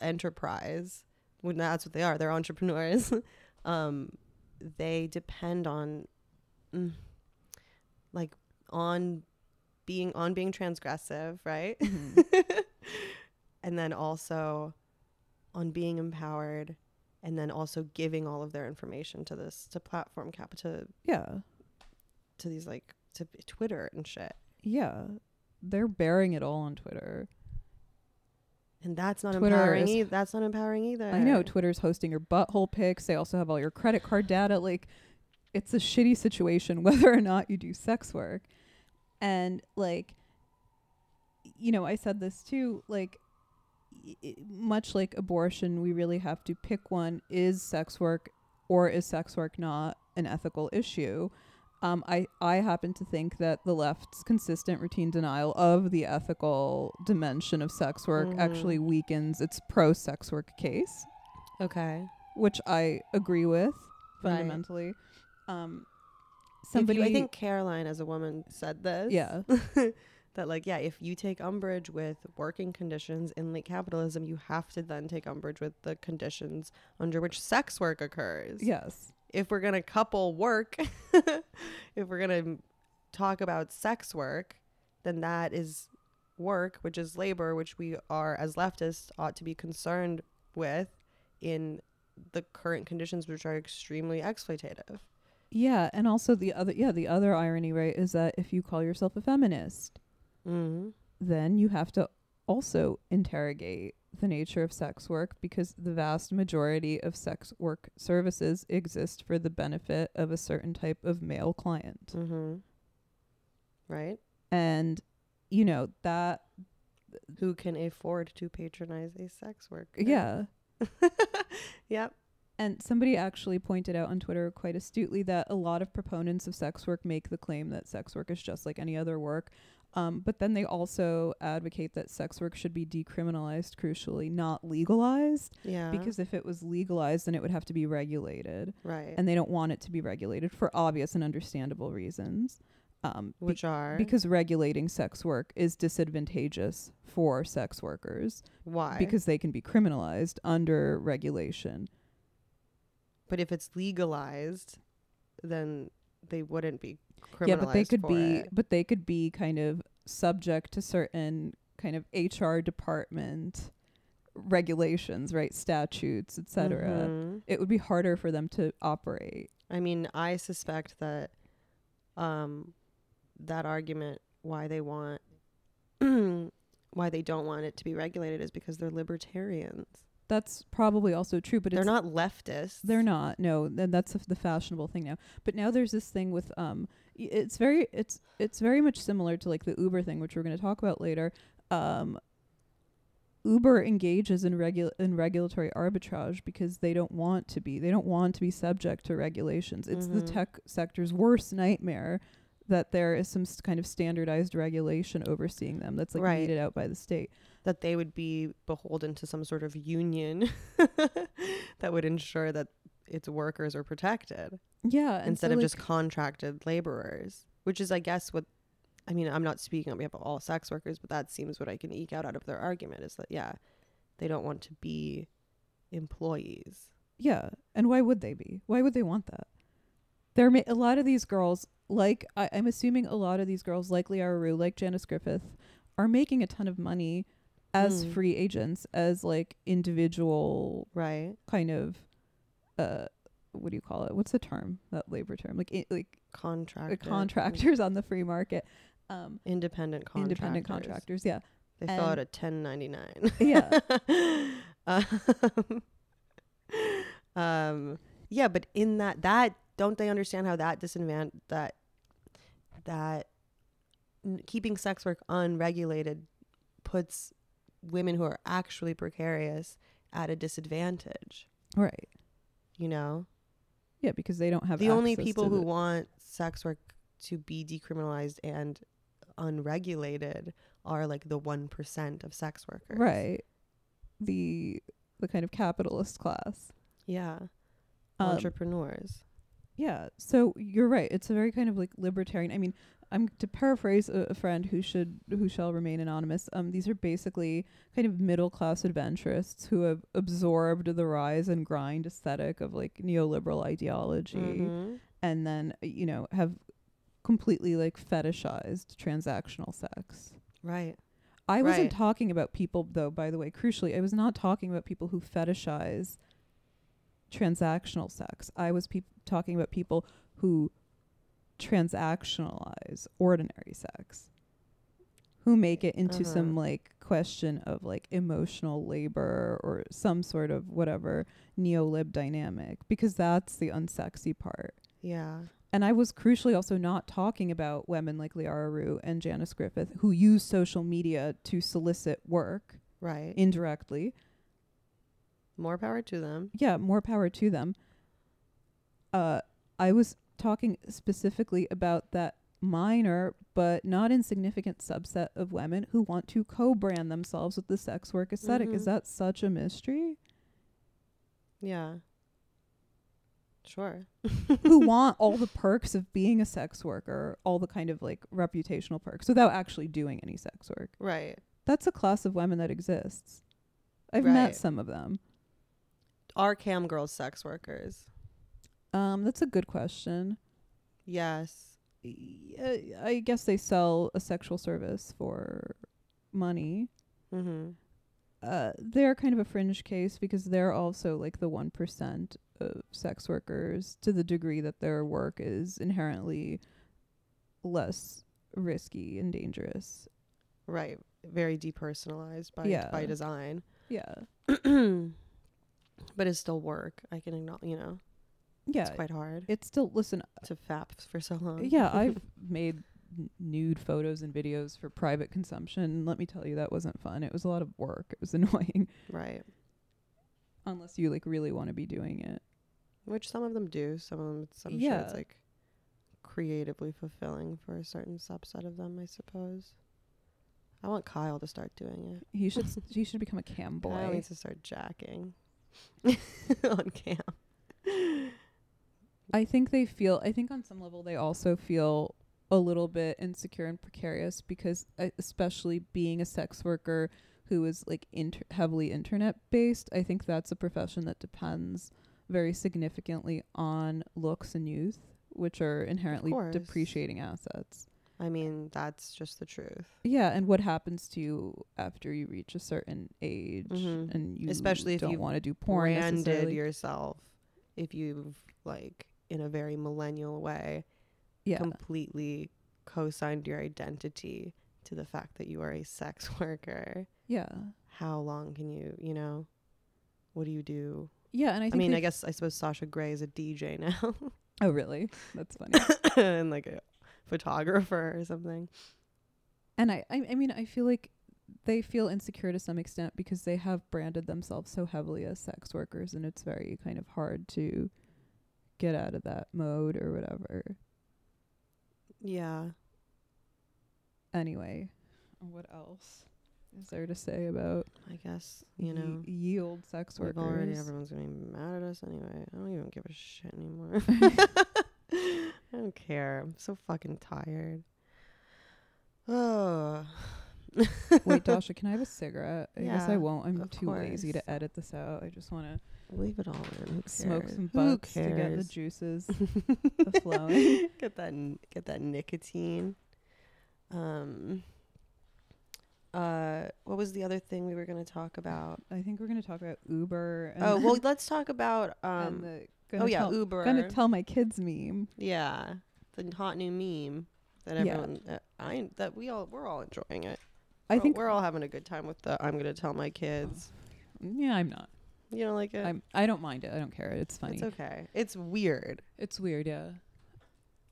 Speaker 2: enterprise when that's what they are they're entrepreneurs um they depend on mm, like on being on being transgressive right and then also on being empowered and then also giving all of their information to this to platform cap to
Speaker 1: yeah
Speaker 2: to these like to Twitter and shit.
Speaker 1: yeah they're bearing it all on twitter
Speaker 2: And that's not
Speaker 1: Twitter
Speaker 2: empowering.
Speaker 1: is-
Speaker 2: E- that's not empowering either.
Speaker 1: i know twitter's hosting your butthole pics they also have all your credit card data like it's a shitty situation whether or not you do sex work and like you know i said this too like i- i- much like abortion we really have to pick one is sex work or is sex work not an ethical issue um, I, I happen to think that the left's consistent routine denial of the ethical dimension of sex work
Speaker 2: Mhm.
Speaker 1: actually weakens its pro sex work case
Speaker 2: okay.
Speaker 1: which I agree with
Speaker 2: Right.
Speaker 1: fundamentally. Um,
Speaker 2: Somebody,
Speaker 1: somebody,
Speaker 2: I think Caroline, as a woman, said this.
Speaker 1: yeah,
Speaker 2: That like yeah, if you take umbrage with working conditions in late capitalism, you have to then take umbrage with the conditions under which sex work occurs.
Speaker 1: yes,
Speaker 2: if we're gonna couple work, if we're gonna talk about sex work, then that is work, which is labor, which we are as leftists ought to be concerned with in the current conditions, which are extremely exploitative.
Speaker 1: yeah, and also the other, yeah, the other irony, right, is that if you call yourself a feminist,
Speaker 2: Mm-hmm.
Speaker 1: then you have to also interrogate the nature of sex work because the vast majority of sex work services exist for the benefit of a certain type of male client,
Speaker 2: Mm-hmm. Right?
Speaker 1: and you know that,
Speaker 2: Who can afford to patronize a sex worker?
Speaker 1: yeah.
Speaker 2: yep.
Speaker 1: And somebody actually pointed out on Twitter quite astutely that a lot of proponents of sex work make the claim that sex work is just like any other work. Um, but then they also advocate that sex work should be decriminalized, crucially, not legalized.
Speaker 2: Yeah.
Speaker 1: Because if it was legalized, then it would have to be regulated.
Speaker 2: right.
Speaker 1: And they don't want it to be regulated for obvious and understandable reasons. Um, be-
Speaker 2: which are
Speaker 1: because regulating sex work is disadvantageous for sex workers
Speaker 2: why?
Speaker 1: because they can be criminalized under regulation.
Speaker 2: But if it's legalized, then they wouldn't be criminalized.
Speaker 1: yeah but they could
Speaker 2: for
Speaker 1: be
Speaker 2: it.
Speaker 1: but they could be kind of subject to certain kind of hr department regulations right statutes etc cetera.
Speaker 2: Mhm.
Speaker 1: it would be harder for them to operate
Speaker 2: I mean, I suspect that um, that argument why they want why they don't want it to be regulated is because they're libertarians.
Speaker 1: that's probably also true but
Speaker 2: they're
Speaker 1: it's
Speaker 2: not leftists.
Speaker 1: They're not. No, then that's the fashionable thing now. But now there's this thing with um, y- it's very it's it's very much similar to like the Uber thing, which we're going to talk about later. Um, Uber engages in regu- in regulatory arbitrage because they don't want to be. They don't want to be subject to regulations. It's
Speaker 2: Mhm.
Speaker 1: the tech sector's worst nightmare that there is some s kind of standardized regulation overseeing them that's like
Speaker 2: Right.
Speaker 1: meted out by the state.
Speaker 2: that they would be beholden to some sort of union that would ensure that its workers are protected.
Speaker 1: Yeah, and
Speaker 2: instead
Speaker 1: so,
Speaker 2: of
Speaker 1: like-
Speaker 2: just contracted laborers, which is, I guess, what I mean. I'm not speaking on behalf of all sex workers, but that seems what I can eke out out of their argument is that yeah, they don't want to be employees.
Speaker 1: Yeah, and why would they be? Why would they want that? There, ma- a lot of these girls, like I, I'm assuming, a lot of these girls, like Liara Rue, like Janice Griffith, are making a ton of money as
Speaker 2: Mm.
Speaker 1: free agents, as like individual
Speaker 2: Right.
Speaker 1: kind of, uh, what do you call it? What's the term? That labor term, like i- like uh,
Speaker 2: Contracted.
Speaker 1: contractors on the free market, um,
Speaker 2: Independent contractors.
Speaker 1: independent contractors. Yeah,
Speaker 2: They fill out
Speaker 1: And-
Speaker 2: a 1099.
Speaker 1: yeah.
Speaker 2: um, um, yeah, but in that that don't they understand how that disadvantage that that n- keeping sex work unregulated puts women who are actually precarious at a disadvantage.
Speaker 1: Right.
Speaker 2: You know,
Speaker 1: Yeah, because they don't have
Speaker 2: the only
Speaker 1: access to
Speaker 2: people who
Speaker 1: the-
Speaker 2: want sex work to be decriminalized and unregulated are like the one percent of sex workers.
Speaker 1: right the the kind of capitalist class.
Speaker 2: Yeah.
Speaker 1: Um,
Speaker 2: Entrepreneurs.
Speaker 1: Yeah, so you're right. It's a very kind of like libertarian. I mean, I'm to paraphrase a, a friend who should who shall remain anonymous. Um, these are basically kind of middle class adventurists who have absorbed the rise and grind aesthetic of like neoliberal ideology,
Speaker 2: Mhm.
Speaker 1: and then you know have completely like fetishized transactional sex.
Speaker 2: Right.
Speaker 1: I wasn't
Speaker 2: Right.
Speaker 1: talking about people though, by the way, crucially, I was not talking about people who fetishize transactional sex. I was peop talking about people who transactionalize ordinary sex. Who make it into
Speaker 2: Uh-huh.
Speaker 1: some like question of like emotional labor or some sort of whatever neolib dynamic because that's the unsexy part.
Speaker 2: Yeah.
Speaker 1: And I was crucially also not talking about women like Liara Rue and Janice Griffith who use social media to solicit work
Speaker 2: Right.
Speaker 1: indirectly.
Speaker 2: More power to them.
Speaker 1: Yeah, more power to them. Uh, I was talking specifically about that minor but not insignificant subset of women who want to co-brand themselves with the sex work esthetic Is
Speaker 2: Mhm.
Speaker 1: that such a mystery?
Speaker 2: Yeah. Sure.
Speaker 1: who want all the perks of being a sex worker, all the kind of like reputational perks without actually doing any sex work.
Speaker 2: Right.
Speaker 1: that's a class of women that exists. I've
Speaker 2: Right.
Speaker 1: met some of them.
Speaker 2: Are cam girls sex workers?
Speaker 1: Um, that's a good question.
Speaker 2: Yes.
Speaker 1: Y- uh, I guess they sell a sexual service for money.
Speaker 2: Mm-hmm.
Speaker 1: Uh, they're kind of a fringe case because they're also like the one percent of sex workers to the degree that their work is inherently less risky and dangerous.
Speaker 2: Right. Very depersonalized by by
Speaker 1: Yeah.
Speaker 2: design,
Speaker 1: Yeah,
Speaker 2: but it's still work. I can acknowledge. You know,
Speaker 1: yeah.
Speaker 2: it's quite hard
Speaker 1: It's still listen.
Speaker 2: to fap for so long.
Speaker 1: yeah, I've made n- nude photos and videos for private consumption. Let me tell you, that wasn't fun. It was a lot of work. It was annoying,
Speaker 2: Right.
Speaker 1: unless you like really want to be doing it.
Speaker 2: Which some of them do. Some of them. I'm sure
Speaker 1: Yeah.
Speaker 2: it's like creatively fulfilling for a certain subset of them. I suppose. I want Kyle to start doing it.
Speaker 1: He should s- he should become a cam
Speaker 2: Kyle
Speaker 1: boy.
Speaker 2: needs to start jacking on cam.
Speaker 1: I think they feel. I think on some level they also feel a little bit insecure and precarious because uh, especially being a sex worker who is like inter- heavily internet based i think that's a profession that depends very significantly on looks and youth which are inherently
Speaker 2: course.
Speaker 1: depreciating assets
Speaker 2: I mean, that's just the truth.
Speaker 1: Yeah, and what happens to you after you reach a certain age,
Speaker 2: Mhm.
Speaker 1: and you
Speaker 2: Especially if
Speaker 1: don't
Speaker 2: you've
Speaker 1: want to do porn
Speaker 2: branded
Speaker 1: necessarily.
Speaker 2: yourself if you've like in a very millennial way
Speaker 1: yeah,
Speaker 2: completely co-signed your identity to the fact that you are a sex worker
Speaker 1: yeah,
Speaker 2: how long can you you know what do you do
Speaker 1: yeah. And I
Speaker 2: i,
Speaker 1: think
Speaker 2: mean
Speaker 1: they-
Speaker 2: i guess i suppose sasha gray is a dj now
Speaker 1: Oh, really? That's funny.
Speaker 2: and like a photographer or something
Speaker 1: and I, I, I mean, I feel like they feel insecure to some extent because they have branded themselves so heavily as sex workers, and it's very kind of hard to get out of that mode or whatever.
Speaker 2: yeah
Speaker 1: Anyway, what else is there to say about
Speaker 2: i guess you
Speaker 1: ye-
Speaker 2: know
Speaker 1: yield sex
Speaker 2: We've
Speaker 1: workers?
Speaker 2: already, everyone's gonna be mad at us anyway. I don't even give a shit anymore. I don't care. I'm so fucking tired. Oh,
Speaker 1: Wait, Dasha, can I have a cigarette? I guess
Speaker 2: Yeah,
Speaker 1: I won't. I'm
Speaker 2: of
Speaker 1: too lazy
Speaker 2: course.
Speaker 1: to edit this out. I just want to
Speaker 2: leave it all in. Who
Speaker 1: smoke
Speaker 2: cares?
Speaker 1: some
Speaker 2: Who
Speaker 1: bucks to get the
Speaker 2: cares?
Speaker 1: juices flowing.
Speaker 2: get that n- get that nicotine. Um. Uh, what was the other thing we were gonna talk about?
Speaker 1: I think we're going to talk about Uber. And
Speaker 2: Oh well, let's talk about
Speaker 1: and
Speaker 2: um.
Speaker 1: the gonna
Speaker 2: Oh yeah,
Speaker 1: tell,
Speaker 2: Uber.
Speaker 1: Gonna tell my kids meme.
Speaker 2: Yeah, the hot new meme that
Speaker 1: Yeah.
Speaker 2: everyone uh, I that we all we're all enjoying it.
Speaker 1: I
Speaker 2: We're-
Speaker 1: think.
Speaker 2: we're all having a good time with the. I'm gonna tell my kids.
Speaker 1: Yeah, I'm not.
Speaker 2: You don't like it?
Speaker 1: I'm. I don't mind it. I don't care. It's funny.
Speaker 2: It's
Speaker 1: It's,
Speaker 2: okay. It's weird.
Speaker 1: weird. Yeah.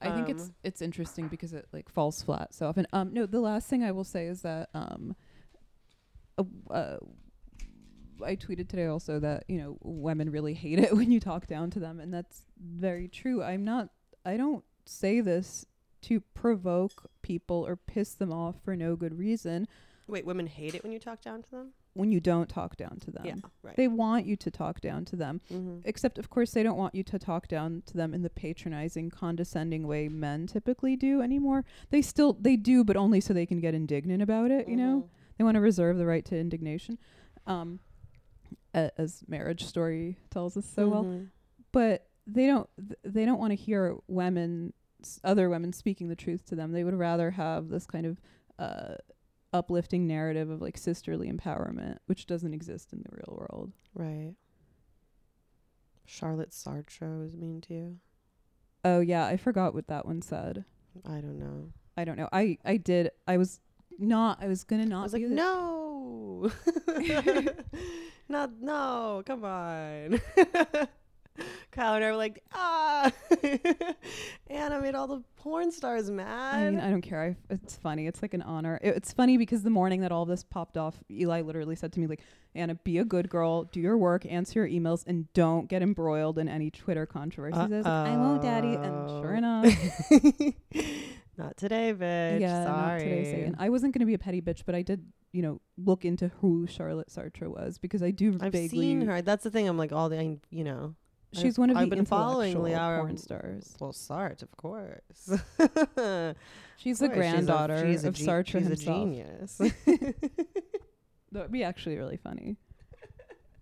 Speaker 1: I think it's
Speaker 2: Um,
Speaker 1: it's interesting because it like falls flat so often. Um, no, the last thing I will say is that um, uh, uh, I tweeted today also that you know women really hate it when you talk down to them, and that's very true. I'm not. I don't say this to provoke people or piss them off for no good reason.
Speaker 2: Wait, women hate it when you talk down to them?
Speaker 1: When you don't talk down to them,
Speaker 2: yeah, right.
Speaker 1: they want you to talk down to them.
Speaker 2: mm-hmm.
Speaker 1: Except, of course, they don't want you to talk down to them in the patronizing, condescending way men typically do anymore. They still they do, but only so they can get indignant about it. You
Speaker 2: Mm-hmm.
Speaker 1: know, they want to reserve the right to indignation, um, a- as Marriage Story tells us so
Speaker 2: Mm-hmm.
Speaker 1: well. But they don't th- they don't want to hear women s- other women speaking the truth to them. They would rather have this kind of uh, uplifting narrative of like sisterly empowerment, which doesn't exist in the real world.
Speaker 2: Right. Charlotte Sartre was mean to you.
Speaker 1: Oh yeah, I forgot what that one said.
Speaker 2: I don't know.
Speaker 1: I don't know. I I did. I was not. I was gonna not.
Speaker 2: I was like,
Speaker 1: do that.
Speaker 2: no, not no. Come on. Kyle and I were like, ah, Anna made all the porn stars
Speaker 1: I
Speaker 2: mad.
Speaker 1: mean, I don't care. I, it's funny. It's like an honor. It- it's funny because the morning that all this popped off, Eli literally said to me, like, Anna, be a good girl, do your work, answer your emails, and don't get embroiled in any Twitter controversies. I was like, I won't, Daddy. And sure
Speaker 2: Uh-oh.
Speaker 1: enough,
Speaker 2: not today, bitch.
Speaker 1: yeah, not
Speaker 2: Sorry.
Speaker 1: today, Sagan. I wasn't going to be a petty bitch, but I did, you know, look into who Charlotte Sartre was because I do
Speaker 2: I've
Speaker 1: vaguely.
Speaker 2: seen her. That's the thing. I'm like all the, I- you know,
Speaker 1: She's
Speaker 2: I've-
Speaker 1: one of
Speaker 2: I've
Speaker 1: the
Speaker 2: been following
Speaker 1: intellectual
Speaker 2: Liara-
Speaker 1: porn stars.
Speaker 2: well, Sartre, of course.
Speaker 1: She's the
Speaker 2: Of course, she's a-
Speaker 1: granddaughter
Speaker 2: she's a
Speaker 1: of
Speaker 2: ge-
Speaker 1: Sartre
Speaker 2: she's
Speaker 1: himself.
Speaker 2: a genius.
Speaker 1: That would be actually really funny.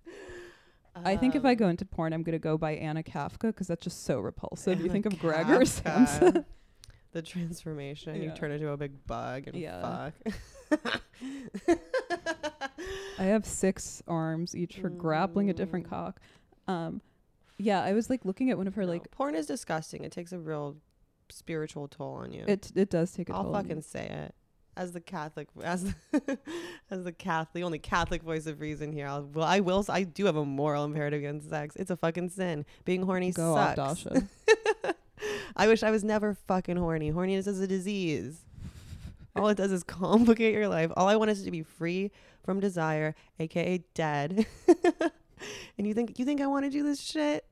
Speaker 1: I think
Speaker 2: Um,
Speaker 1: if I go into porn, I'm going to go by Anna Kafka because that's just so repulsive. you
Speaker 2: Anna
Speaker 1: think of Greg or
Speaker 2: Kafka.
Speaker 1: Samson.
Speaker 2: the transformation, you
Speaker 1: Yeah.
Speaker 2: turn into a big bug and
Speaker 1: Yeah.
Speaker 2: fuck.
Speaker 1: I have six arms, each for grappling a different
Speaker 2: Mm.
Speaker 1: cock. Um, yeah, I was like looking at one of her,
Speaker 2: No,
Speaker 1: like,
Speaker 2: porn is disgusting. It takes a real spiritual toll on you.
Speaker 1: it, it does take a
Speaker 2: I'll
Speaker 1: toll. on you.
Speaker 2: fucking say it. As the Catholic, as the, as the Catholic, the only Catholic voice of reason here. I'll, well, I will. s- I do have a moral imperative against sex. It's a fucking sin. Being horny
Speaker 1: go
Speaker 2: sucks.
Speaker 1: off, Dasha.
Speaker 2: I wish I was never fucking horny. Horniness is a disease. All it does is complicate your life. All I want is to be free from desire, aka dead. and you think you think I want to do this shit?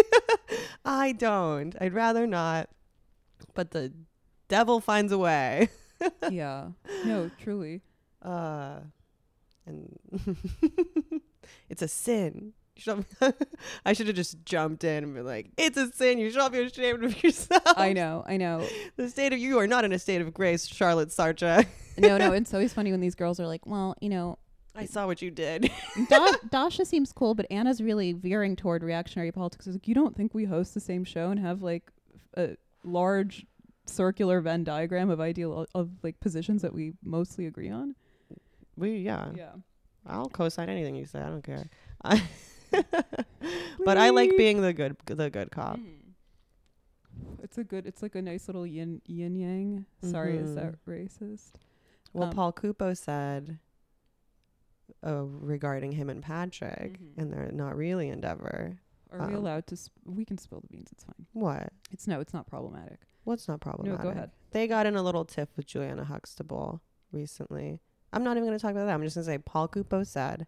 Speaker 2: I don't. I'd rather not. But the devil finds a way.
Speaker 1: yeah. No, truly.
Speaker 2: Uh and it's a sin. You should I should have just jumped in and been like, "It's a sin. You should all be ashamed of yourself."
Speaker 1: I know. I know.
Speaker 2: The state of you are not in a state of grace, Charlotte Sartre.
Speaker 1: No, no. It's always funny when these girls are like, well, you know,
Speaker 2: I saw what you did.
Speaker 1: da- Dasha seems cool, but Anna's really veering toward reactionary politics. I was like, you don't think we host the same show and have like a large circular Venn diagram of ideal of like positions that we mostly agree on?
Speaker 2: We yeah.
Speaker 1: Yeah.
Speaker 2: I'll co-sign anything you say. I don't care. I but I like being the good the good
Speaker 1: Mm-hmm.
Speaker 2: cop.
Speaker 1: It's a good. It's like a nice little yin yin yang. Sorry, is
Speaker 2: Mhm.
Speaker 1: that racist?
Speaker 2: Well,
Speaker 1: Um,
Speaker 2: Paul Kupo said uh, regarding him and Patrick
Speaker 1: Mhm.
Speaker 2: and they're not really endeavor.
Speaker 1: Are
Speaker 2: Um,
Speaker 1: we allowed to? Sp- we can spill the beans. It's fine.
Speaker 2: What?
Speaker 1: It's no. It's not problematic.
Speaker 2: What's not problematic?
Speaker 1: ahead.
Speaker 2: They got in a little tiff with Juliana Huxtable recently. I'm not even going to talk about that. I'm just going to say Paul Kupo said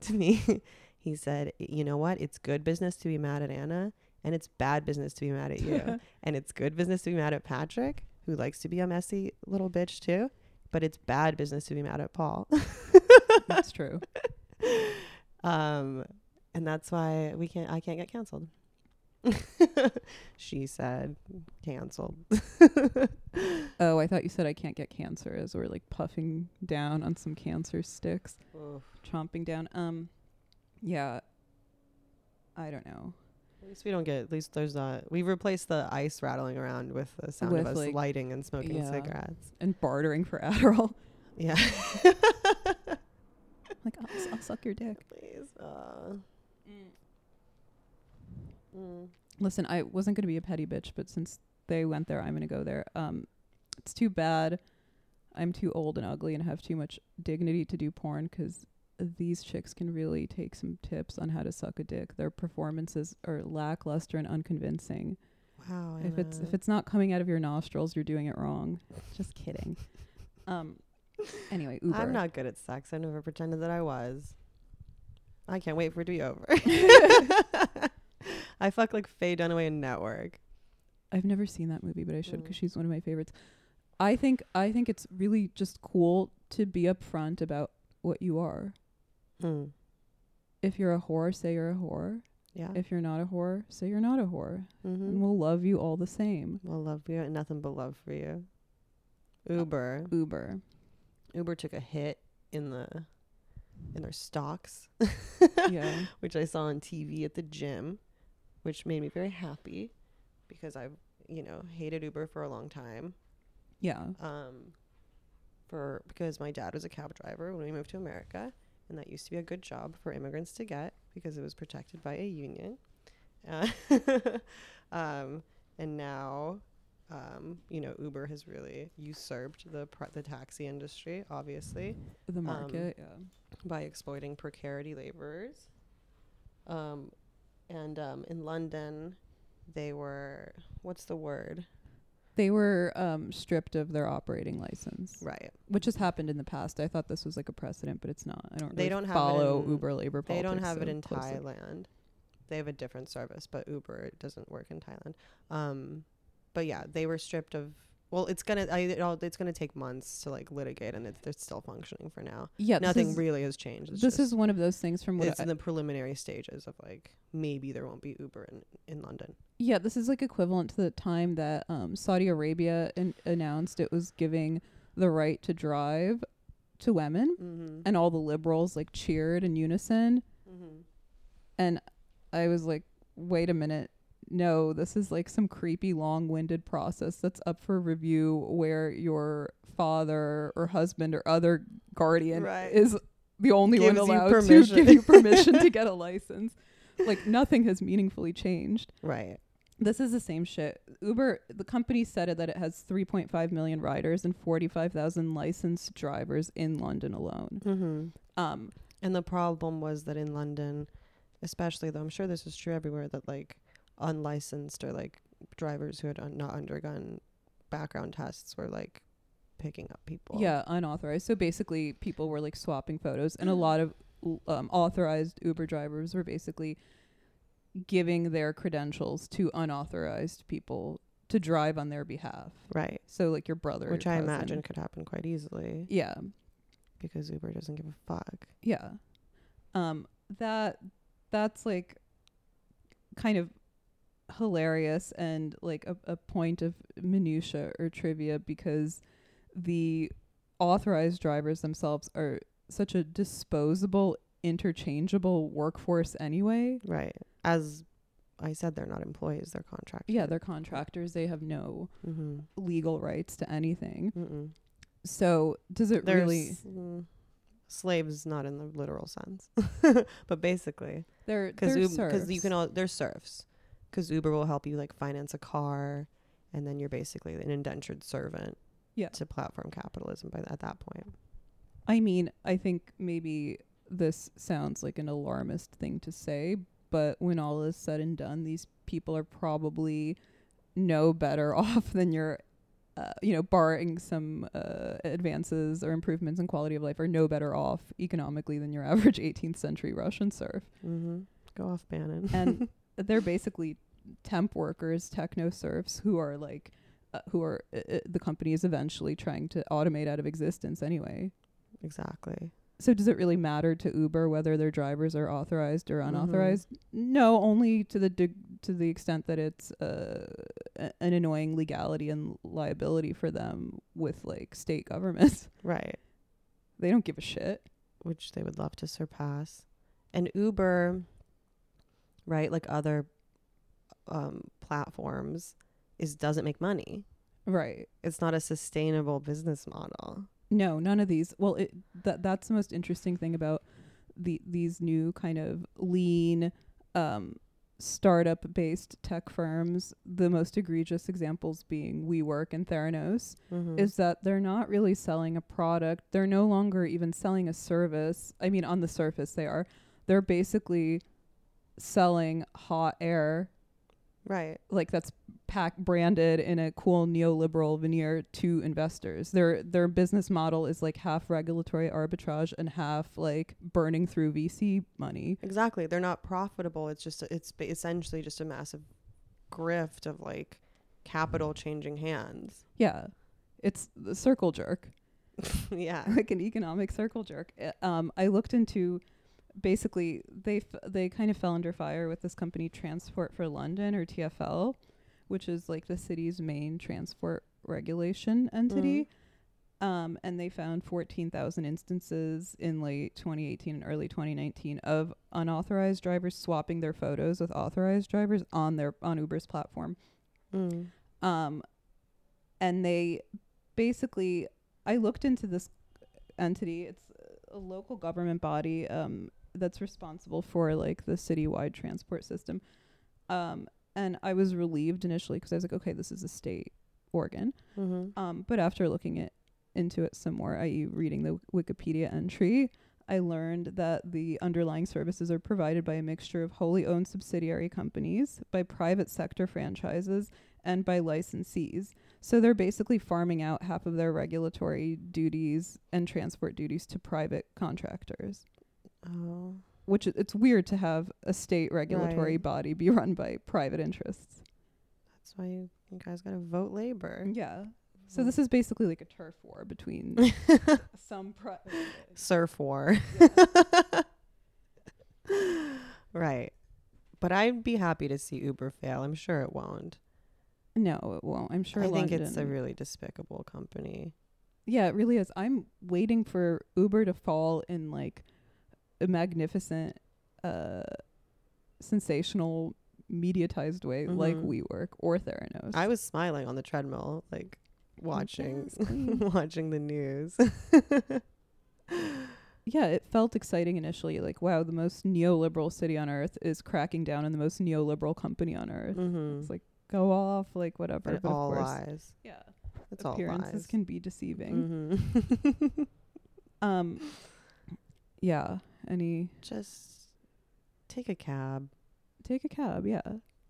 Speaker 2: to me, he said, "You know what? It's good business to be mad at Anna, and it's bad business to be mad at you, and it's good business to be mad at Patrick, who likes to be a messy little bitch too, but it's bad business to be mad at Paul."
Speaker 1: That's true.
Speaker 2: um, and that's why we can't. I can't get canceled. she said, "Canceled."
Speaker 1: Oh, I thought you said I can't get cancer as we're like puffing down on some cancer sticks, chomping down. Um, yeah. I don't know.
Speaker 2: At least we don't get. At least there's not. We replaced the ice rattling around with the sound
Speaker 1: With,
Speaker 2: of us
Speaker 1: like,
Speaker 2: lighting and smoking
Speaker 1: yeah.
Speaker 2: cigarettes.
Speaker 1: And bartering for Adderall.
Speaker 2: Yeah.
Speaker 1: like I'll, s- I'll suck your dick.
Speaker 2: Please. Uh, mm.
Speaker 1: Listen, I wasn't gonna be a petty bitch, but since they went there, I'm gonna go there. Um, it's too bad I'm too old and ugly and have too much dignity to do porn 'cause these chicks can really take some tips on how to suck a dick. Their performances are lackluster and unconvincing.
Speaker 2: Wow.
Speaker 1: If it's
Speaker 2: Anna.
Speaker 1: if it's not coming out of your nostrils, you're doing it wrong. Just kidding. Um. Anyway, Uber.
Speaker 2: I'm not good at sex. I never pretended that I was. I can't wait for it to be over. I fuck like Faye Dunaway in Network.
Speaker 1: I've never seen that movie, but I should
Speaker 2: Mm.
Speaker 1: because she's one of my favorites. I think I think it's really just cool to be upfront about what you are. Hmm.
Speaker 2: Mm.
Speaker 1: If you're a whore, say you're a whore.
Speaker 2: Yeah.
Speaker 1: If you're not a whore, say you're not a whore, and
Speaker 2: mm-hmm.
Speaker 1: we'll love you all the same.
Speaker 2: Well, love you. and Nothing but love for you. Uber.
Speaker 1: Uber.
Speaker 2: Uber took a hit in the in their stocks,
Speaker 1: yeah.
Speaker 2: which I saw on TV at the gym, which made me very happy because I've you know hated Uber for a long time.
Speaker 1: Yeah.
Speaker 2: um, for because my dad was a cab driver when we moved to America, and that used to be a good job for immigrants to get because it was protected by a union. Uh, um, and now, um, you know, Uber has really usurped the pr- the taxi industry, obviously,
Speaker 1: The market.
Speaker 2: Um, by exploiting precarity laborers. Um, and um, in London, they were what's the word?
Speaker 1: They were um, stripped of their operating license,
Speaker 2: Right.
Speaker 1: which has happened in the past. I thought this was like a precedent, but it's not. I don't.
Speaker 2: They
Speaker 1: really
Speaker 2: don't have it
Speaker 1: follow
Speaker 2: in-
Speaker 1: Uber labor
Speaker 2: They
Speaker 1: politics.
Speaker 2: don't have it
Speaker 1: so
Speaker 2: in
Speaker 1: closely.
Speaker 2: Thailand. They have a different service, but Uber doesn't work in Thailand. Um, but yeah, they were stripped of. Well, it's gonna. I, it all, it's gonna take months to like litigate, and it's they're still functioning for now.
Speaker 1: Yeah.
Speaker 2: Nothing
Speaker 1: This is,
Speaker 2: really has changed. It's
Speaker 1: this
Speaker 2: just-
Speaker 1: is one of those things from what
Speaker 2: It's
Speaker 1: I-
Speaker 2: in the preliminary stages of like maybe there won't be Uber in in London.
Speaker 1: Yeah, this is like equivalent to the time that um, Saudi Arabia an- announced it was giving the right to drive to women,
Speaker 2: Mm-hmm.
Speaker 1: and all the liberals like cheered in unison.
Speaker 2: Mm-hmm.
Speaker 1: And I was like, wait a minute. No, this is like some creepy, long winded process that's up for review where your father or husband or other guardian
Speaker 2: Right.
Speaker 1: is the only one
Speaker 2: Gives you
Speaker 1: allowed to
Speaker 2: permission.
Speaker 1: give you permission to get a license. Like, nothing has meaningfully changed
Speaker 2: Right.
Speaker 1: this is the same shit. Uber, the company said it that it has 3.5 million riders and 45,000 licensed drivers in London alone.
Speaker 2: Mm-hmm.
Speaker 1: Um,
Speaker 2: And the problem was that in London, especially though I'm sure this is true everywhere, that like unlicensed or like drivers who had un- not undergone background tests were like picking up people.
Speaker 1: yeah, unauthorized. So basically, people were like swapping photos,
Speaker 2: Mm.
Speaker 1: and a lot of um, authorized Uber drivers were basically giving their credentials to unauthorized people to drive on their behalf.
Speaker 2: Right.
Speaker 1: So like your brother,
Speaker 2: Which
Speaker 1: your
Speaker 2: I
Speaker 1: cousin.
Speaker 2: imagine could happen quite easily
Speaker 1: Yeah,
Speaker 2: because Uber doesn't give a fuck.
Speaker 1: yeah. Um, that that's like kind of hilarious and like a, a point of minutia or trivia because the authorized drivers themselves are such a disposable interchangeable workforce anyway
Speaker 2: Right. As I said, they're not employees; they're contractors.
Speaker 1: yeah they're contractors they have no
Speaker 2: Mm-hmm.
Speaker 1: legal rights to anything
Speaker 2: Mm-mm.
Speaker 1: so does it
Speaker 2: They're
Speaker 1: really
Speaker 2: s- mm, slaves, not in the literal sense, but basically.
Speaker 1: they're
Speaker 2: because
Speaker 1: they're
Speaker 2: because you
Speaker 1: serfs.
Speaker 2: can all they're serfs because Uber will help you like finance a car, and then you're basically an indentured servant.
Speaker 1: Yeah.
Speaker 2: To platform capitalism by th- at that point.
Speaker 1: I mean, I think maybe this sounds like an alarmist thing to say, but when all is said and done, these people are probably no better off than your, uh, you know, barring some uh, advances or improvements in quality of life, are no better off economically than your average 18th century Russian serf.
Speaker 2: Mm-hmm. Go off Bannon.
Speaker 1: And they're basically temp workers, techno serfs who are like, uh, who are uh, uh, the company is eventually trying to automate out of existence anyway.
Speaker 2: exactly.
Speaker 1: So does it really matter to Uber whether their drivers are authorized
Speaker 2: Mm-hmm.
Speaker 1: or unauthorized? No, only to the de- to the extent that it's uh, a- an annoying legality and liability for them with like state governments.
Speaker 2: Right.
Speaker 1: they don't give a shit.
Speaker 2: Which they would love to surpass, and Uber. Right, like other um, platforms, is doesn't make money.
Speaker 1: Right.
Speaker 2: It's not a sustainable business model.
Speaker 1: No, none of these. Well, it that that's the most interesting thing about the these new kind of lean um startup based tech firms, the most egregious examples being WeWork and Theranos.
Speaker 2: Mm-hmm.
Speaker 1: is that they're not really selling a product. They're no longer even selling a service. I mean, on the surface, they are. They're basically selling hot air,
Speaker 2: right.
Speaker 1: like that's pack branded in a cool neoliberal veneer to investors. Their their business model is like half regulatory arbitrage and half like burning through VC money.
Speaker 2: Exactly. They're not profitable. It's just it's ba- essentially just a massive grift of like
Speaker 1: Mm.
Speaker 2: capital changing hands.
Speaker 1: Yeah. It's the circle jerk.
Speaker 2: yeah.
Speaker 1: like an economic circle jerk. Uh, Um, I looked into basically they f- they kind of fell under fire with this company Transport for London or TfL, which is like the city's main transport regulation entity. Um, and they found 14,000 instances in late 2018 and early 2019 of unauthorized drivers swapping their photos with authorized drivers on their on Uber's platform
Speaker 2: Mm.
Speaker 1: um, and they basically i looked into this entity it's a local government body um, that's responsible for like the citywide transport system um, and i was relieved initially because i was like okay this is a state organ
Speaker 2: Mm-hmm.
Speaker 1: um, but after looking it into it some more i.e reading the wikipedia entry i learned that the underlying services are provided by a mixture of wholly owned subsidiary companies by private sector franchises and by licensees so they're basically farming out half of their regulatory duties and transport duties to private contractors
Speaker 2: Oh.
Speaker 1: which i- it's weird to have a state regulatory
Speaker 2: Right.
Speaker 1: body be run by private interests
Speaker 2: That's why you, you guys gotta vote labor.
Speaker 1: yeah so this is basically like a turf war between some pri-
Speaker 2: surf war. right. But I'd be happy to see Uber fail. I'm sure it won't.
Speaker 1: No, it won't. I'm sure.
Speaker 2: I think
Speaker 1: London,
Speaker 2: it's a really despicable company.
Speaker 1: yeah, it really is. I'm waiting for Uber to fall in like a magnificent, uh, sensational, mediatized way, like
Speaker 2: Mhm.
Speaker 1: WeWork or Theranos.
Speaker 2: I was smiling on the treadmill, like watching
Speaker 1: Yes, queen.
Speaker 2: watching the news.
Speaker 1: yeah, it felt exciting initially. Like, wow, the most neoliberal city on earth is cracking down on the most neoliberal company on earth.
Speaker 2: mm-hmm.
Speaker 1: It's like go off, like whatever.
Speaker 2: But
Speaker 1: but
Speaker 2: all
Speaker 1: of course,
Speaker 2: lies.
Speaker 1: yeah,
Speaker 2: It's all
Speaker 1: appearances
Speaker 2: lies. Mm-hmm.
Speaker 1: can be deceiving.
Speaker 2: Mhm.
Speaker 1: Um, yeah. Any
Speaker 2: Just take a cab.
Speaker 1: take a cab. Yeah,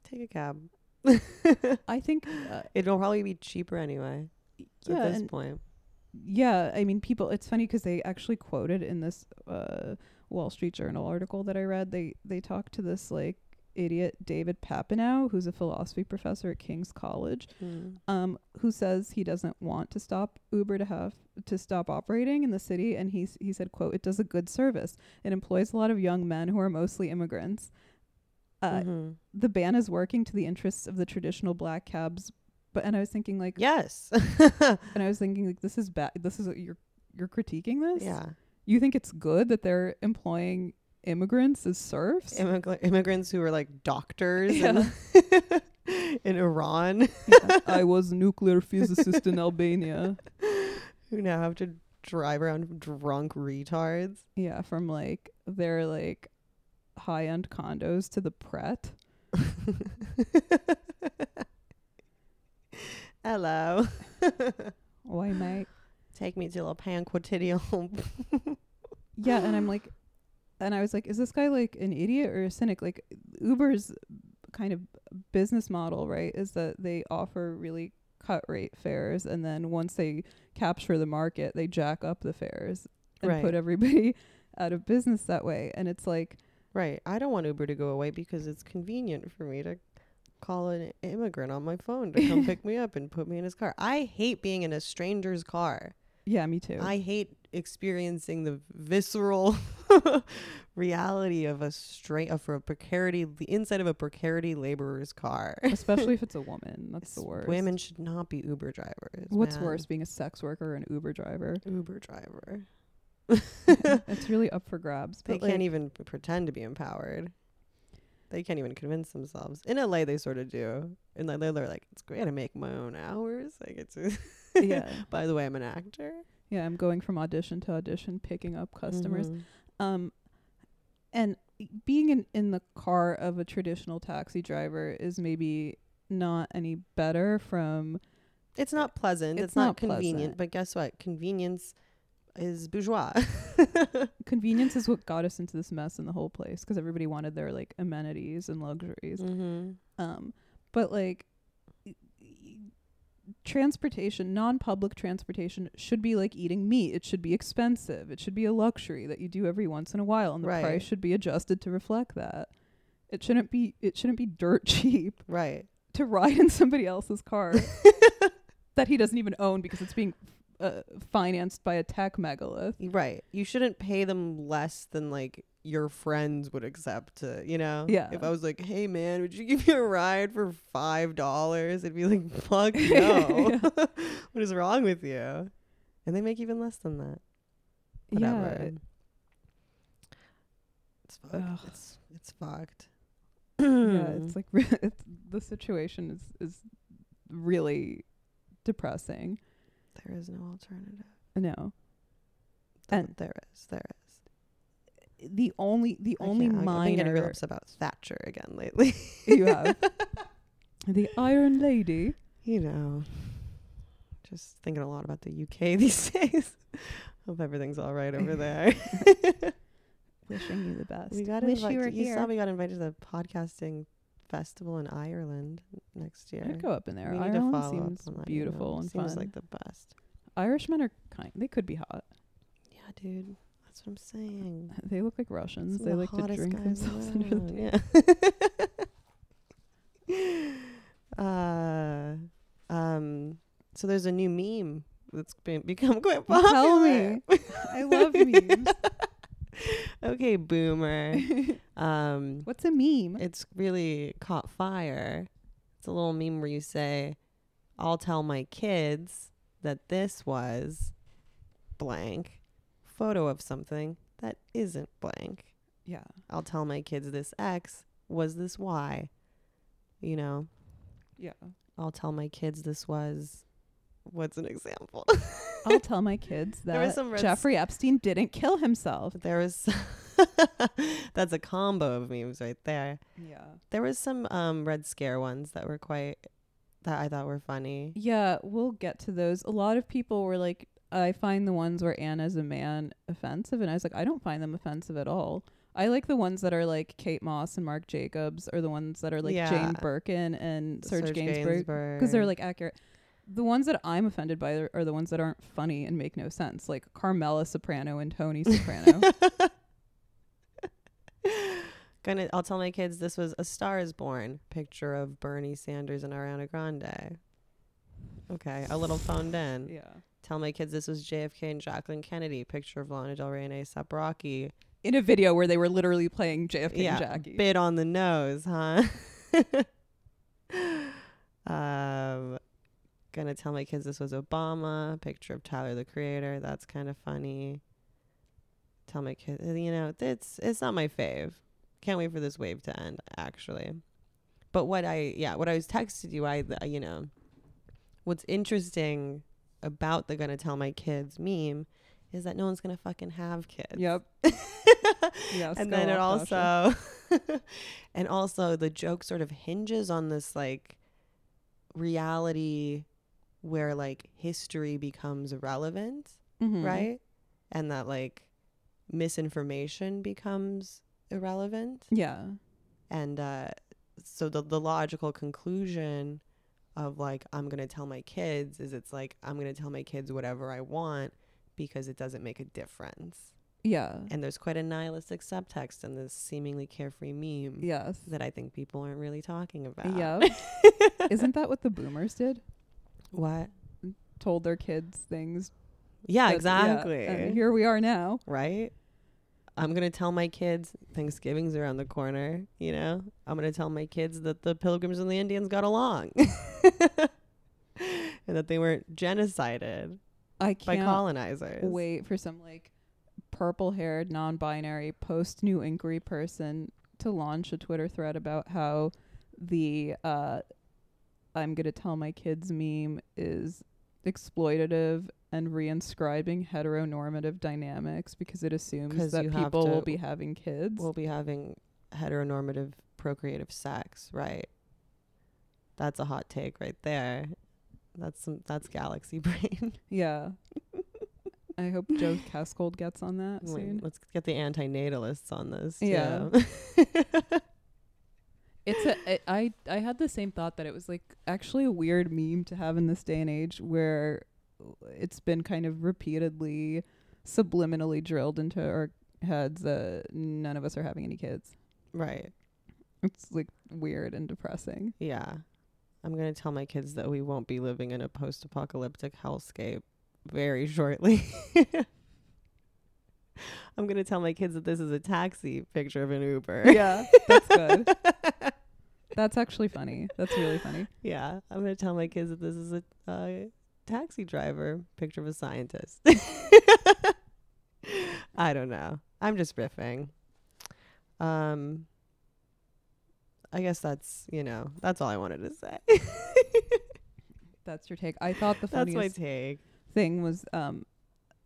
Speaker 2: Take a cab.
Speaker 1: I think. Uh,
Speaker 2: It'll probably be cheaper anyway
Speaker 1: yeah,
Speaker 2: at this
Speaker 1: and
Speaker 2: point.
Speaker 1: yeah i mean people it's funny because they actually quoted in this uh, wall street journal article that i read they they talked to this like idiot david papanow who's a philosophy professor at king's college
Speaker 2: Mm.
Speaker 1: um, who says he doesn't want to stop uber to have to stop operating in the city and he, s- he said quote it does a good service it employs a lot of young men who are mostly immigrants uh,
Speaker 2: Mhm.
Speaker 1: the ban is working to the interests of the traditional black cabs but and i was thinking like
Speaker 2: Yes.
Speaker 1: and I was thinking like this is bad. This is you're you're critiquing this.
Speaker 2: yeah.
Speaker 1: You think it's good that they're employing immigrants as serfs?
Speaker 2: Immigr- immigrants who were like doctors
Speaker 1: Yeah.
Speaker 2: in, in Iran
Speaker 1: I was nuclear physicist in Albania.
Speaker 2: who now have to drive around drunk retards.
Speaker 1: Yeah, from like their like high end condos to the Pret.
Speaker 2: Hello.
Speaker 1: Why, mate?
Speaker 2: Take me to La Panquotidium.
Speaker 1: Yeah, and I'm like, and I was like, is this guy like an idiot or a cynic? Like Uber's kind of business model, right, is that they offer really cut rate fares, and then once they capture the market, they jack up the fares and
Speaker 2: Right.
Speaker 1: put everybody out of business that way. And it's like,
Speaker 2: right. I don't want Uber to go away because it's convenient for me to call an immigrant on my phone to come pick me up and put me in his car. I hate being in a stranger's car.
Speaker 1: yeah, me too.
Speaker 2: I hate experiencing the visceral reality of a straight of a precarity the inside of a precarity laborer's car.
Speaker 1: Especially if it's a woman, that's the worst.
Speaker 2: Women should not be Uber drivers.
Speaker 1: What's
Speaker 2: man.
Speaker 1: worse, being a sex worker or an Uber driver?
Speaker 2: Uber driver.
Speaker 1: it's really up for grabs.
Speaker 2: They
Speaker 1: But like,
Speaker 2: can't even p- pretend to be empowered. They can't even convince themselves. In LA, they sort of do. In LA, they're like, "It's great. I make my own hours. I get to."
Speaker 1: yeah,
Speaker 2: By the way, I'm an actor.
Speaker 1: yeah, I'm going from audition to audition, picking up customers.
Speaker 2: Mm-hmm.
Speaker 1: Um, and e, being in, in the car of a traditional taxi driver is maybe not any better from
Speaker 2: It's not pleasant. It's,
Speaker 1: It's
Speaker 2: not,
Speaker 1: not
Speaker 2: convenient.
Speaker 1: pleasant.
Speaker 2: But guess what? Convenience is bourgeois.
Speaker 1: convenience is what got us into this mess in the whole place because everybody wanted their like amenities and luxuries.
Speaker 2: mm-hmm.
Speaker 1: Um, but like transportation, non public transportation, should be like eating meat. It should be expensive. It should be a luxury that you do every once in a while, and the
Speaker 2: Right.
Speaker 1: price should be adjusted to reflect that. It shouldn't be. It shouldn't be dirt cheap
Speaker 2: Right.
Speaker 1: to ride in somebody else's car that he doesn't even own because it's being uh, financed by a tech megalith.
Speaker 2: Right. You shouldn't pay them less than like your friends would accept to, you know?
Speaker 1: Yeah.
Speaker 2: If I was like, hey man, would you give me a ride for five dollars? It'd be like, fuck no. what is wrong with you? And they make even less than that. Whatever.
Speaker 1: Yeah,
Speaker 2: It's fucked.
Speaker 1: Ugh.
Speaker 2: It's it's fucked.
Speaker 1: yeah
Speaker 2: Hmm.
Speaker 1: it's like re- it's, the situation is is really depressing
Speaker 2: there is no alternative.
Speaker 1: no
Speaker 2: Th-
Speaker 1: And-
Speaker 2: there is, there is.
Speaker 1: the only the
Speaker 2: I
Speaker 1: only
Speaker 2: can't- I've been getting real
Speaker 1: minor
Speaker 2: upset about Thatcher again lately.
Speaker 1: you have the iron lady
Speaker 2: you know, just thinking a lot about the UK these days. Hope everything's all right over there.
Speaker 1: wishing you the best
Speaker 2: we got
Speaker 1: wish
Speaker 2: invited.
Speaker 1: you were
Speaker 2: you
Speaker 1: here
Speaker 2: saw we got invited to the podcasting festival in Ireland next year.
Speaker 1: I'd go up in there
Speaker 2: We need to
Speaker 1: ireland
Speaker 2: follow up
Speaker 1: seems
Speaker 2: on that, you know.
Speaker 1: beautiful and
Speaker 2: seems
Speaker 1: fun
Speaker 2: like the best.
Speaker 1: irishmen are kind they could be hot
Speaker 2: Yeah, dude. That's what I'm saying.
Speaker 1: they look like russians
Speaker 2: Some
Speaker 1: they
Speaker 2: of the
Speaker 1: like to
Speaker 2: hottest
Speaker 1: drink
Speaker 2: guys
Speaker 1: themselves under the
Speaker 2: around,
Speaker 1: table
Speaker 2: Yeah. uh, um, so there's a new meme that's been become quite popular.
Speaker 1: tell me i love memes
Speaker 2: okay, boomer. Um,
Speaker 1: what's a meme
Speaker 2: it's really caught fire. It's a little meme where you say, "I'll tell my kids that this was blank photo of something that isn't blank."
Speaker 1: yeah
Speaker 2: I'll tell my kids this X was this Y. You know,
Speaker 1: yeah
Speaker 2: I'll tell my kids this was. What's an example?
Speaker 1: I'll tell my kids
Speaker 2: There was
Speaker 1: that
Speaker 2: some red
Speaker 1: Jeffrey Epstein didn't kill himself.
Speaker 2: there was. that's a combo of memes right there.
Speaker 1: Yeah.
Speaker 2: There was some um, Red Scare ones that were quite. that I thought were funny.
Speaker 1: Yeah, we'll get to those. A lot of people were like, I find the ones where Anna's a man offensive. And I was like, I don't find them offensive at all. I like the ones that are like Kate Moss and Mark Jacobs, or the ones that are like Jane
Speaker 2: Yeah.
Speaker 1: Birkin and Serge, Gainsbourg.
Speaker 2: Because
Speaker 1: because they're like accurate. The ones that I'm offended by are- are the ones that aren't funny and make no sense, like Carmela Soprano and Tony Soprano.
Speaker 2: Gonna, I'll tell my kids this was a Star is Born picture of Bernie Sanders and Ariana Grande. Okay, a little phoned in.
Speaker 1: yeah,
Speaker 2: Tell my kids this was JFK and Jacqueline Kennedy. Picture of Lana Del Rey and ASAP Rocky.
Speaker 1: in a video where they were literally playing JFK
Speaker 2: yeah,
Speaker 1: and Jackie.
Speaker 2: bit on the nose, huh? um, gonna tell my kids this was Obama. Picture of Tyler the Creator. That's kind of funny. Tell my kids, you know, it's it's not my fave. Can't wait for this wave to end, actually. But what I yeah, what I was texted you, I you know, what's interesting about the gonna tell my kids meme is that no one's gonna fucking have kids.
Speaker 1: Yep. yes,
Speaker 2: and
Speaker 1: go
Speaker 2: then it
Speaker 1: off, Dasha.
Speaker 2: also and also the joke sort of hinges on this like reality where like history becomes irrelevant
Speaker 1: Mhm.
Speaker 2: right and that like misinformation becomes irrelevant
Speaker 1: Yeah.
Speaker 2: and uh so the, the logical conclusion of like i'm going to tell my kids is it's like i'm going to tell my kids whatever i want because it doesn't make a difference
Speaker 1: Yeah.
Speaker 2: and there's quite a nihilistic subtext in this seemingly carefree meme
Speaker 1: Yes.
Speaker 2: that I think people aren't really talking about.
Speaker 1: Yep. Isn't that what the boomers did?
Speaker 2: What?
Speaker 1: Told their kids things.
Speaker 2: Yeah,
Speaker 1: that-
Speaker 2: exactly.
Speaker 1: And here we are now.
Speaker 2: right? I'm going to tell my kids Thanksgiving's around the corner, you know? I'm going to tell my kids that the pilgrims and the Indians got along and that they weren't genocided
Speaker 1: I
Speaker 2: by
Speaker 1: can't
Speaker 2: colonizers.
Speaker 1: wait for some like purple-haired, non-binary, post-New Inquiry person to launch a Twitter thread about how the uh, "I'm gonna tell my kids" meme is exploitative and reinscribing heteronormative dynamics because it
Speaker 2: 'Cause
Speaker 1: assumes
Speaker 2: you
Speaker 1: that
Speaker 2: have
Speaker 1: people will
Speaker 2: to-
Speaker 1: be having kids.
Speaker 2: We'll be having heteronormative procreative sex, right? That's a hot take right there. That's some, that's galaxy brain.
Speaker 1: Yeah. I hope Joe Cascold gets on that
Speaker 2: Wait,
Speaker 1: soon.
Speaker 2: Let's get the antinatalists on this.
Speaker 1: Yeah.
Speaker 2: too.
Speaker 1: it's a it, I I had the same thought that it was like actually a weird meme to have in this day and age where it's been kind of repeatedly subliminally drilled into our heads that none of us are having any kids.
Speaker 2: Right.
Speaker 1: It's like weird and depressing.
Speaker 2: Yeah. I'm going to tell my kids that we won't be living in a post apocalyptic hellscape very shortly. I'm going to tell my kids that this is a taxi picture of an Uber.
Speaker 1: Yeah, that's good. That's actually funny. That's really funny.
Speaker 2: Yeah. I'm going to tell my kids that this is a uh, taxi driver picture of a scientist. I don't know. I'm just riffing. Um, I guess that's, you know, that's all I wanted to say.
Speaker 1: That's your take. I thought the
Speaker 2: That's
Speaker 1: funniest
Speaker 2: my take.
Speaker 1: thing was um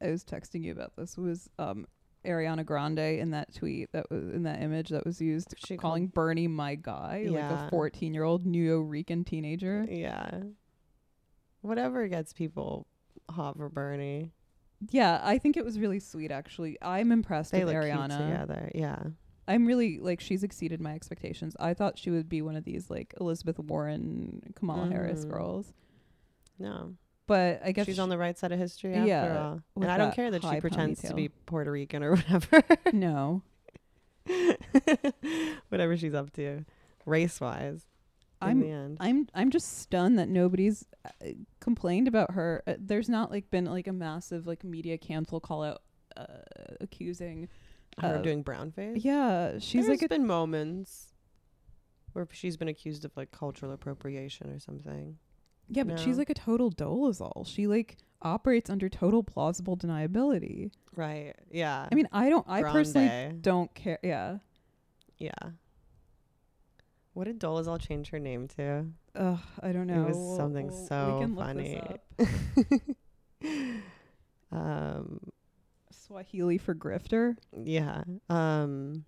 Speaker 1: I was texting you about this was um Ariana Grande in that tweet that was in that image that was used
Speaker 2: She
Speaker 1: calling
Speaker 2: called-
Speaker 1: Bernie my guy, like
Speaker 2: Yeah.
Speaker 1: a 14 year old New Rican teenager.
Speaker 2: Yeah. Whatever gets people hot for Bernie.
Speaker 1: Yeah, I think it was really sweet actually. I'm impressed
Speaker 2: They
Speaker 1: with
Speaker 2: look cute
Speaker 1: Ariana.
Speaker 2: together. Yeah.
Speaker 1: I'm really like she's exceeded my expectations. I thought she would be one of these like Elizabeth Warren, Kamala Harris
Speaker 2: Mhm.
Speaker 1: girls.
Speaker 2: No.
Speaker 1: But I guess
Speaker 2: She's
Speaker 1: she-
Speaker 2: on the right side of history after
Speaker 1: Yeah,
Speaker 2: all.
Speaker 1: with
Speaker 2: And I don't
Speaker 1: that
Speaker 2: care that
Speaker 1: high
Speaker 2: she pretends to
Speaker 1: ponytail.
Speaker 2: be Puerto Rican or whatever.
Speaker 1: no.
Speaker 2: whatever she's up to race wise.
Speaker 1: I'm
Speaker 2: the end.
Speaker 1: I'm I'm just stunned that nobody's uh, complained about her. Uh, there's not like been like a massive like media cancel call out uh, accusing.
Speaker 2: Her
Speaker 1: uh,
Speaker 2: doing brown face.
Speaker 1: Yeah, she's
Speaker 2: There's
Speaker 1: like a,
Speaker 2: been moments where she's been accused of like cultural appropriation or something.
Speaker 1: yeah, but she's
Speaker 2: no.
Speaker 1: like a total dolezal. She like operates under total plausible deniability.
Speaker 2: Right. Yeah.
Speaker 1: I mean, I don't. I personally
Speaker 2: Grande.
Speaker 1: don't care. Yeah.
Speaker 2: Yeah. What did Dolezal change her name to?
Speaker 1: Ugh, I don't know.
Speaker 2: It was something so funny. um,
Speaker 1: Swahili for grifter.
Speaker 2: yeah. Um,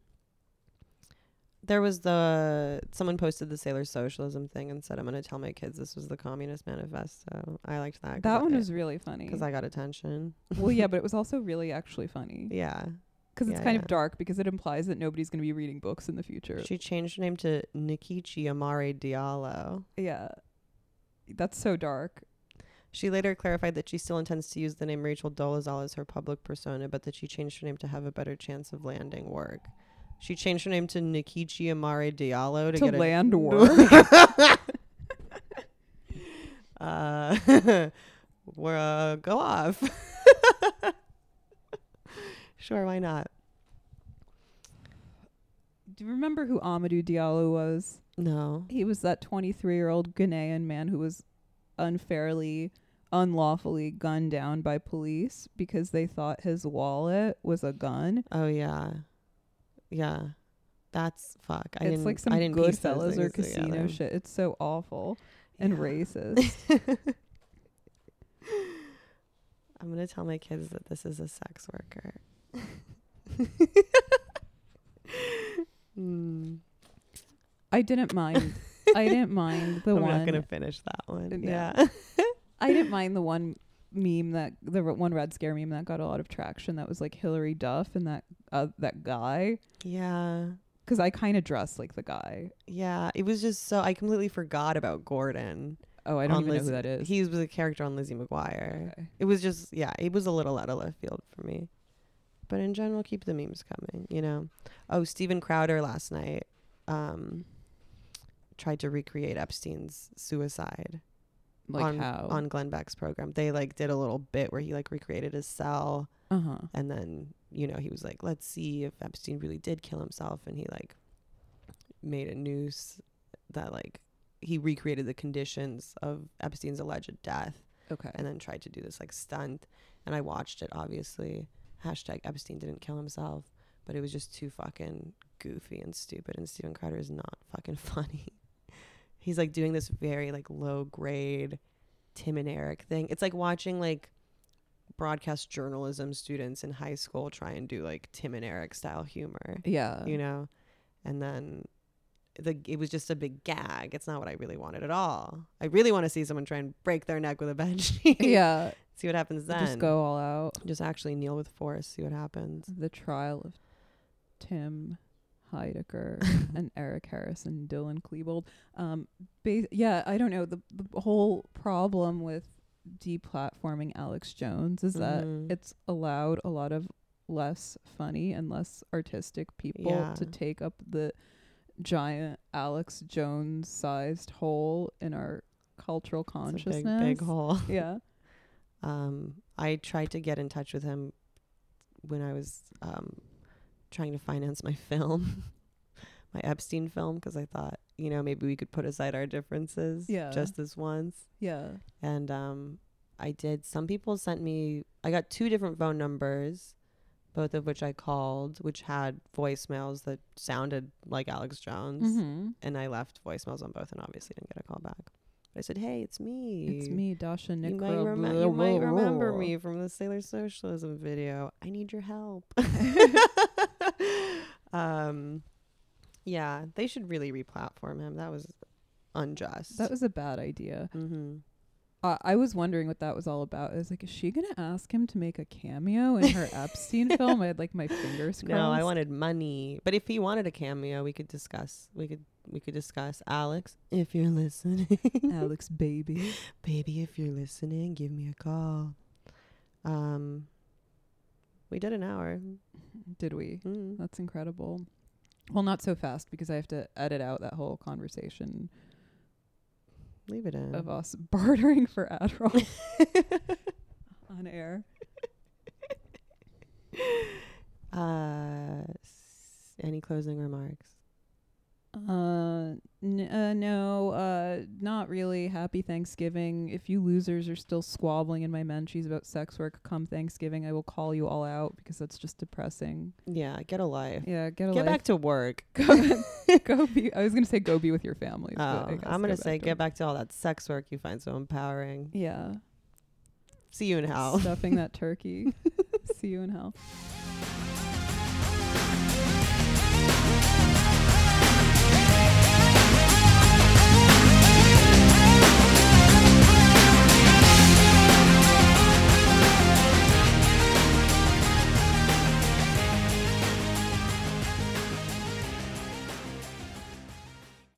Speaker 2: there was the someone posted the sailor socialism thing and said, "I'm going to tell my kids this was the Communist Manifesto." I liked that.
Speaker 1: That one was really funny.
Speaker 2: because I got attention.
Speaker 1: well, yeah, but it was also really actually funny.
Speaker 2: Yeah,
Speaker 1: because it's
Speaker 2: Yeah,
Speaker 1: kind
Speaker 2: yeah.
Speaker 1: of dark because it implies that nobody's going to be reading books in the future.
Speaker 2: she changed her name to Nikichi Amare Diallo.
Speaker 1: yeah. That's so dark.
Speaker 2: She later clarified that she still intends to use the name Rachel Dolezal as her public persona, but that she changed her name to have a better chance of landing work. She changed her name to Nikichi Amare Diallo to,
Speaker 1: To
Speaker 2: get a-
Speaker 1: land work.
Speaker 2: uh, we're, uh, go off. sure, why not?
Speaker 1: Do you remember who Amadou Diallo was?
Speaker 2: No.
Speaker 1: He was that 23 year old Ghanaian man who was unfairly, unlawfully gunned down by police because they thought his wallet was a gun.
Speaker 2: Oh yeah, yeah. That's fuck. I
Speaker 1: it's
Speaker 2: didn't,
Speaker 1: like some
Speaker 2: I didn't
Speaker 1: good
Speaker 2: piece those
Speaker 1: fellas or
Speaker 2: things
Speaker 1: casino
Speaker 2: together.
Speaker 1: shit. It's so awful and
Speaker 2: Yeah.
Speaker 1: racist.
Speaker 2: I'm gonna tell my kids that this is a sex worker. Mm.
Speaker 1: I didn't mind. I didn't mind the
Speaker 2: I'm
Speaker 1: one.
Speaker 2: not gonna finish that one.
Speaker 1: No.
Speaker 2: Yeah.
Speaker 1: I didn't mind the one meme that the r- one red scare meme that got a lot of traction that was like Hillary Duff and that uh, that guy
Speaker 2: yeah.
Speaker 1: cuz I kind of dress like the guy.
Speaker 2: Yeah. It was just so I completely forgot about Gordon.
Speaker 1: Oh, I don't
Speaker 2: on
Speaker 1: even know
Speaker 2: Liz-
Speaker 1: who that is.
Speaker 2: He was a character on Lizzie McGuire.
Speaker 1: Okay.
Speaker 2: It was just yeah, it was a little out of left field for me. But in general, keep the memes coming, you know. Oh, Steven Crowder last night um tried to recreate Epstein's suicide
Speaker 1: Like
Speaker 2: on
Speaker 1: how?
Speaker 2: on Glenn Beck's program. They like did a little bit where he like recreated his cell
Speaker 1: uh-huh.
Speaker 2: and then, you know, he was like, Let's see if Epstein really did kill himself and he like made a noose that like he recreated the conditions of Epstein's alleged death
Speaker 1: Okay.
Speaker 2: and then tried to do this like stunt and i watched it obviously hashtag epstein didn't kill himself but it was just too fucking goofy and stupid and steven crowder is not fucking funny he's like doing this very like low grade tim and eric thing it's like watching like broadcast journalism students in high school try and do like tim and eric style humor
Speaker 1: yeah.
Speaker 2: you know and then the it was just a big gag it's not what i really wanted at all i really want to see someone try and break their neck with a bench
Speaker 1: yeah.
Speaker 2: see what happens then
Speaker 1: Just go all out.
Speaker 2: just actually kneel with force see what happens
Speaker 1: The trial of Tim Heidecker and Eric Harris and Dylan Klebold. Um, ba- yeah, I don't know. The, the whole problem with deplatforming Alex Jones is
Speaker 2: Mhm.
Speaker 1: that it's allowed a lot of less funny and less artistic people
Speaker 2: Yeah.
Speaker 1: to take up the giant Alex Jones sized hole in our cultural
Speaker 2: It's
Speaker 1: consciousness.
Speaker 2: a big, big hole.
Speaker 1: Yeah.
Speaker 2: Um, I tried to get in touch with him when I was um, trying to finance my film, my Epstein film, because I thought, you know, maybe we could put aside our differences
Speaker 1: Yeah.
Speaker 2: just this once.
Speaker 1: Yeah.
Speaker 2: And um, I did. Some people sent me. I got two different phone numbers, both of which I called, which had voicemails that sounded like Alex Jones,
Speaker 1: Mm-hmm.
Speaker 2: and I left voicemails on both, and obviously didn't get a call back. But I said, "Hey, it's me.
Speaker 1: It's me, Dasha
Speaker 2: You
Speaker 1: Nick.
Speaker 2: might, remem- you might remember me from the Sailor Socialism video. I need your help. um, yeah, they should really replatform him. That was unjust.
Speaker 1: That was a bad idea.
Speaker 2: mm-hmm.
Speaker 1: Uh, I was wondering what that was all about. I was like, is she gonna ask him to make a cameo in her Epstein film? I had like my fingers crossed.
Speaker 2: No, I wanted money. But if he wanted a cameo, we could discuss. We could we could discuss. Alex, if you're listening,
Speaker 1: Alex Baby.
Speaker 2: baby, if you're listening, give me a call. Um, we did an hour.
Speaker 1: Did we?
Speaker 2: Mm.
Speaker 1: That's incredible. Well, not so fast because I have to edit out that whole conversation
Speaker 2: Leave it in.
Speaker 1: of us bartering for Adderall on air.
Speaker 2: Uh, s- any closing remarks?
Speaker 1: Uh, n- uh, no, uh, not really. Happy Thanksgiving. If you losers are still squabbling in my mentions about sex work, come Thanksgiving, I will call you all out because that's just depressing.
Speaker 2: Yeah, get a life.
Speaker 1: Yeah, get a
Speaker 2: get
Speaker 1: life.
Speaker 2: back to work.
Speaker 1: Go, go be. I was gonna say go be with your families.
Speaker 2: Oh,
Speaker 1: but I guess
Speaker 2: I'm gonna
Speaker 1: go
Speaker 2: say
Speaker 1: to
Speaker 2: get
Speaker 1: it.
Speaker 2: back to all that sex work you find so empowering.
Speaker 1: Yeah,
Speaker 2: See you in hell. Oh.
Speaker 1: stuffing that turkey. See you in hell.
Speaker 3: Thank you.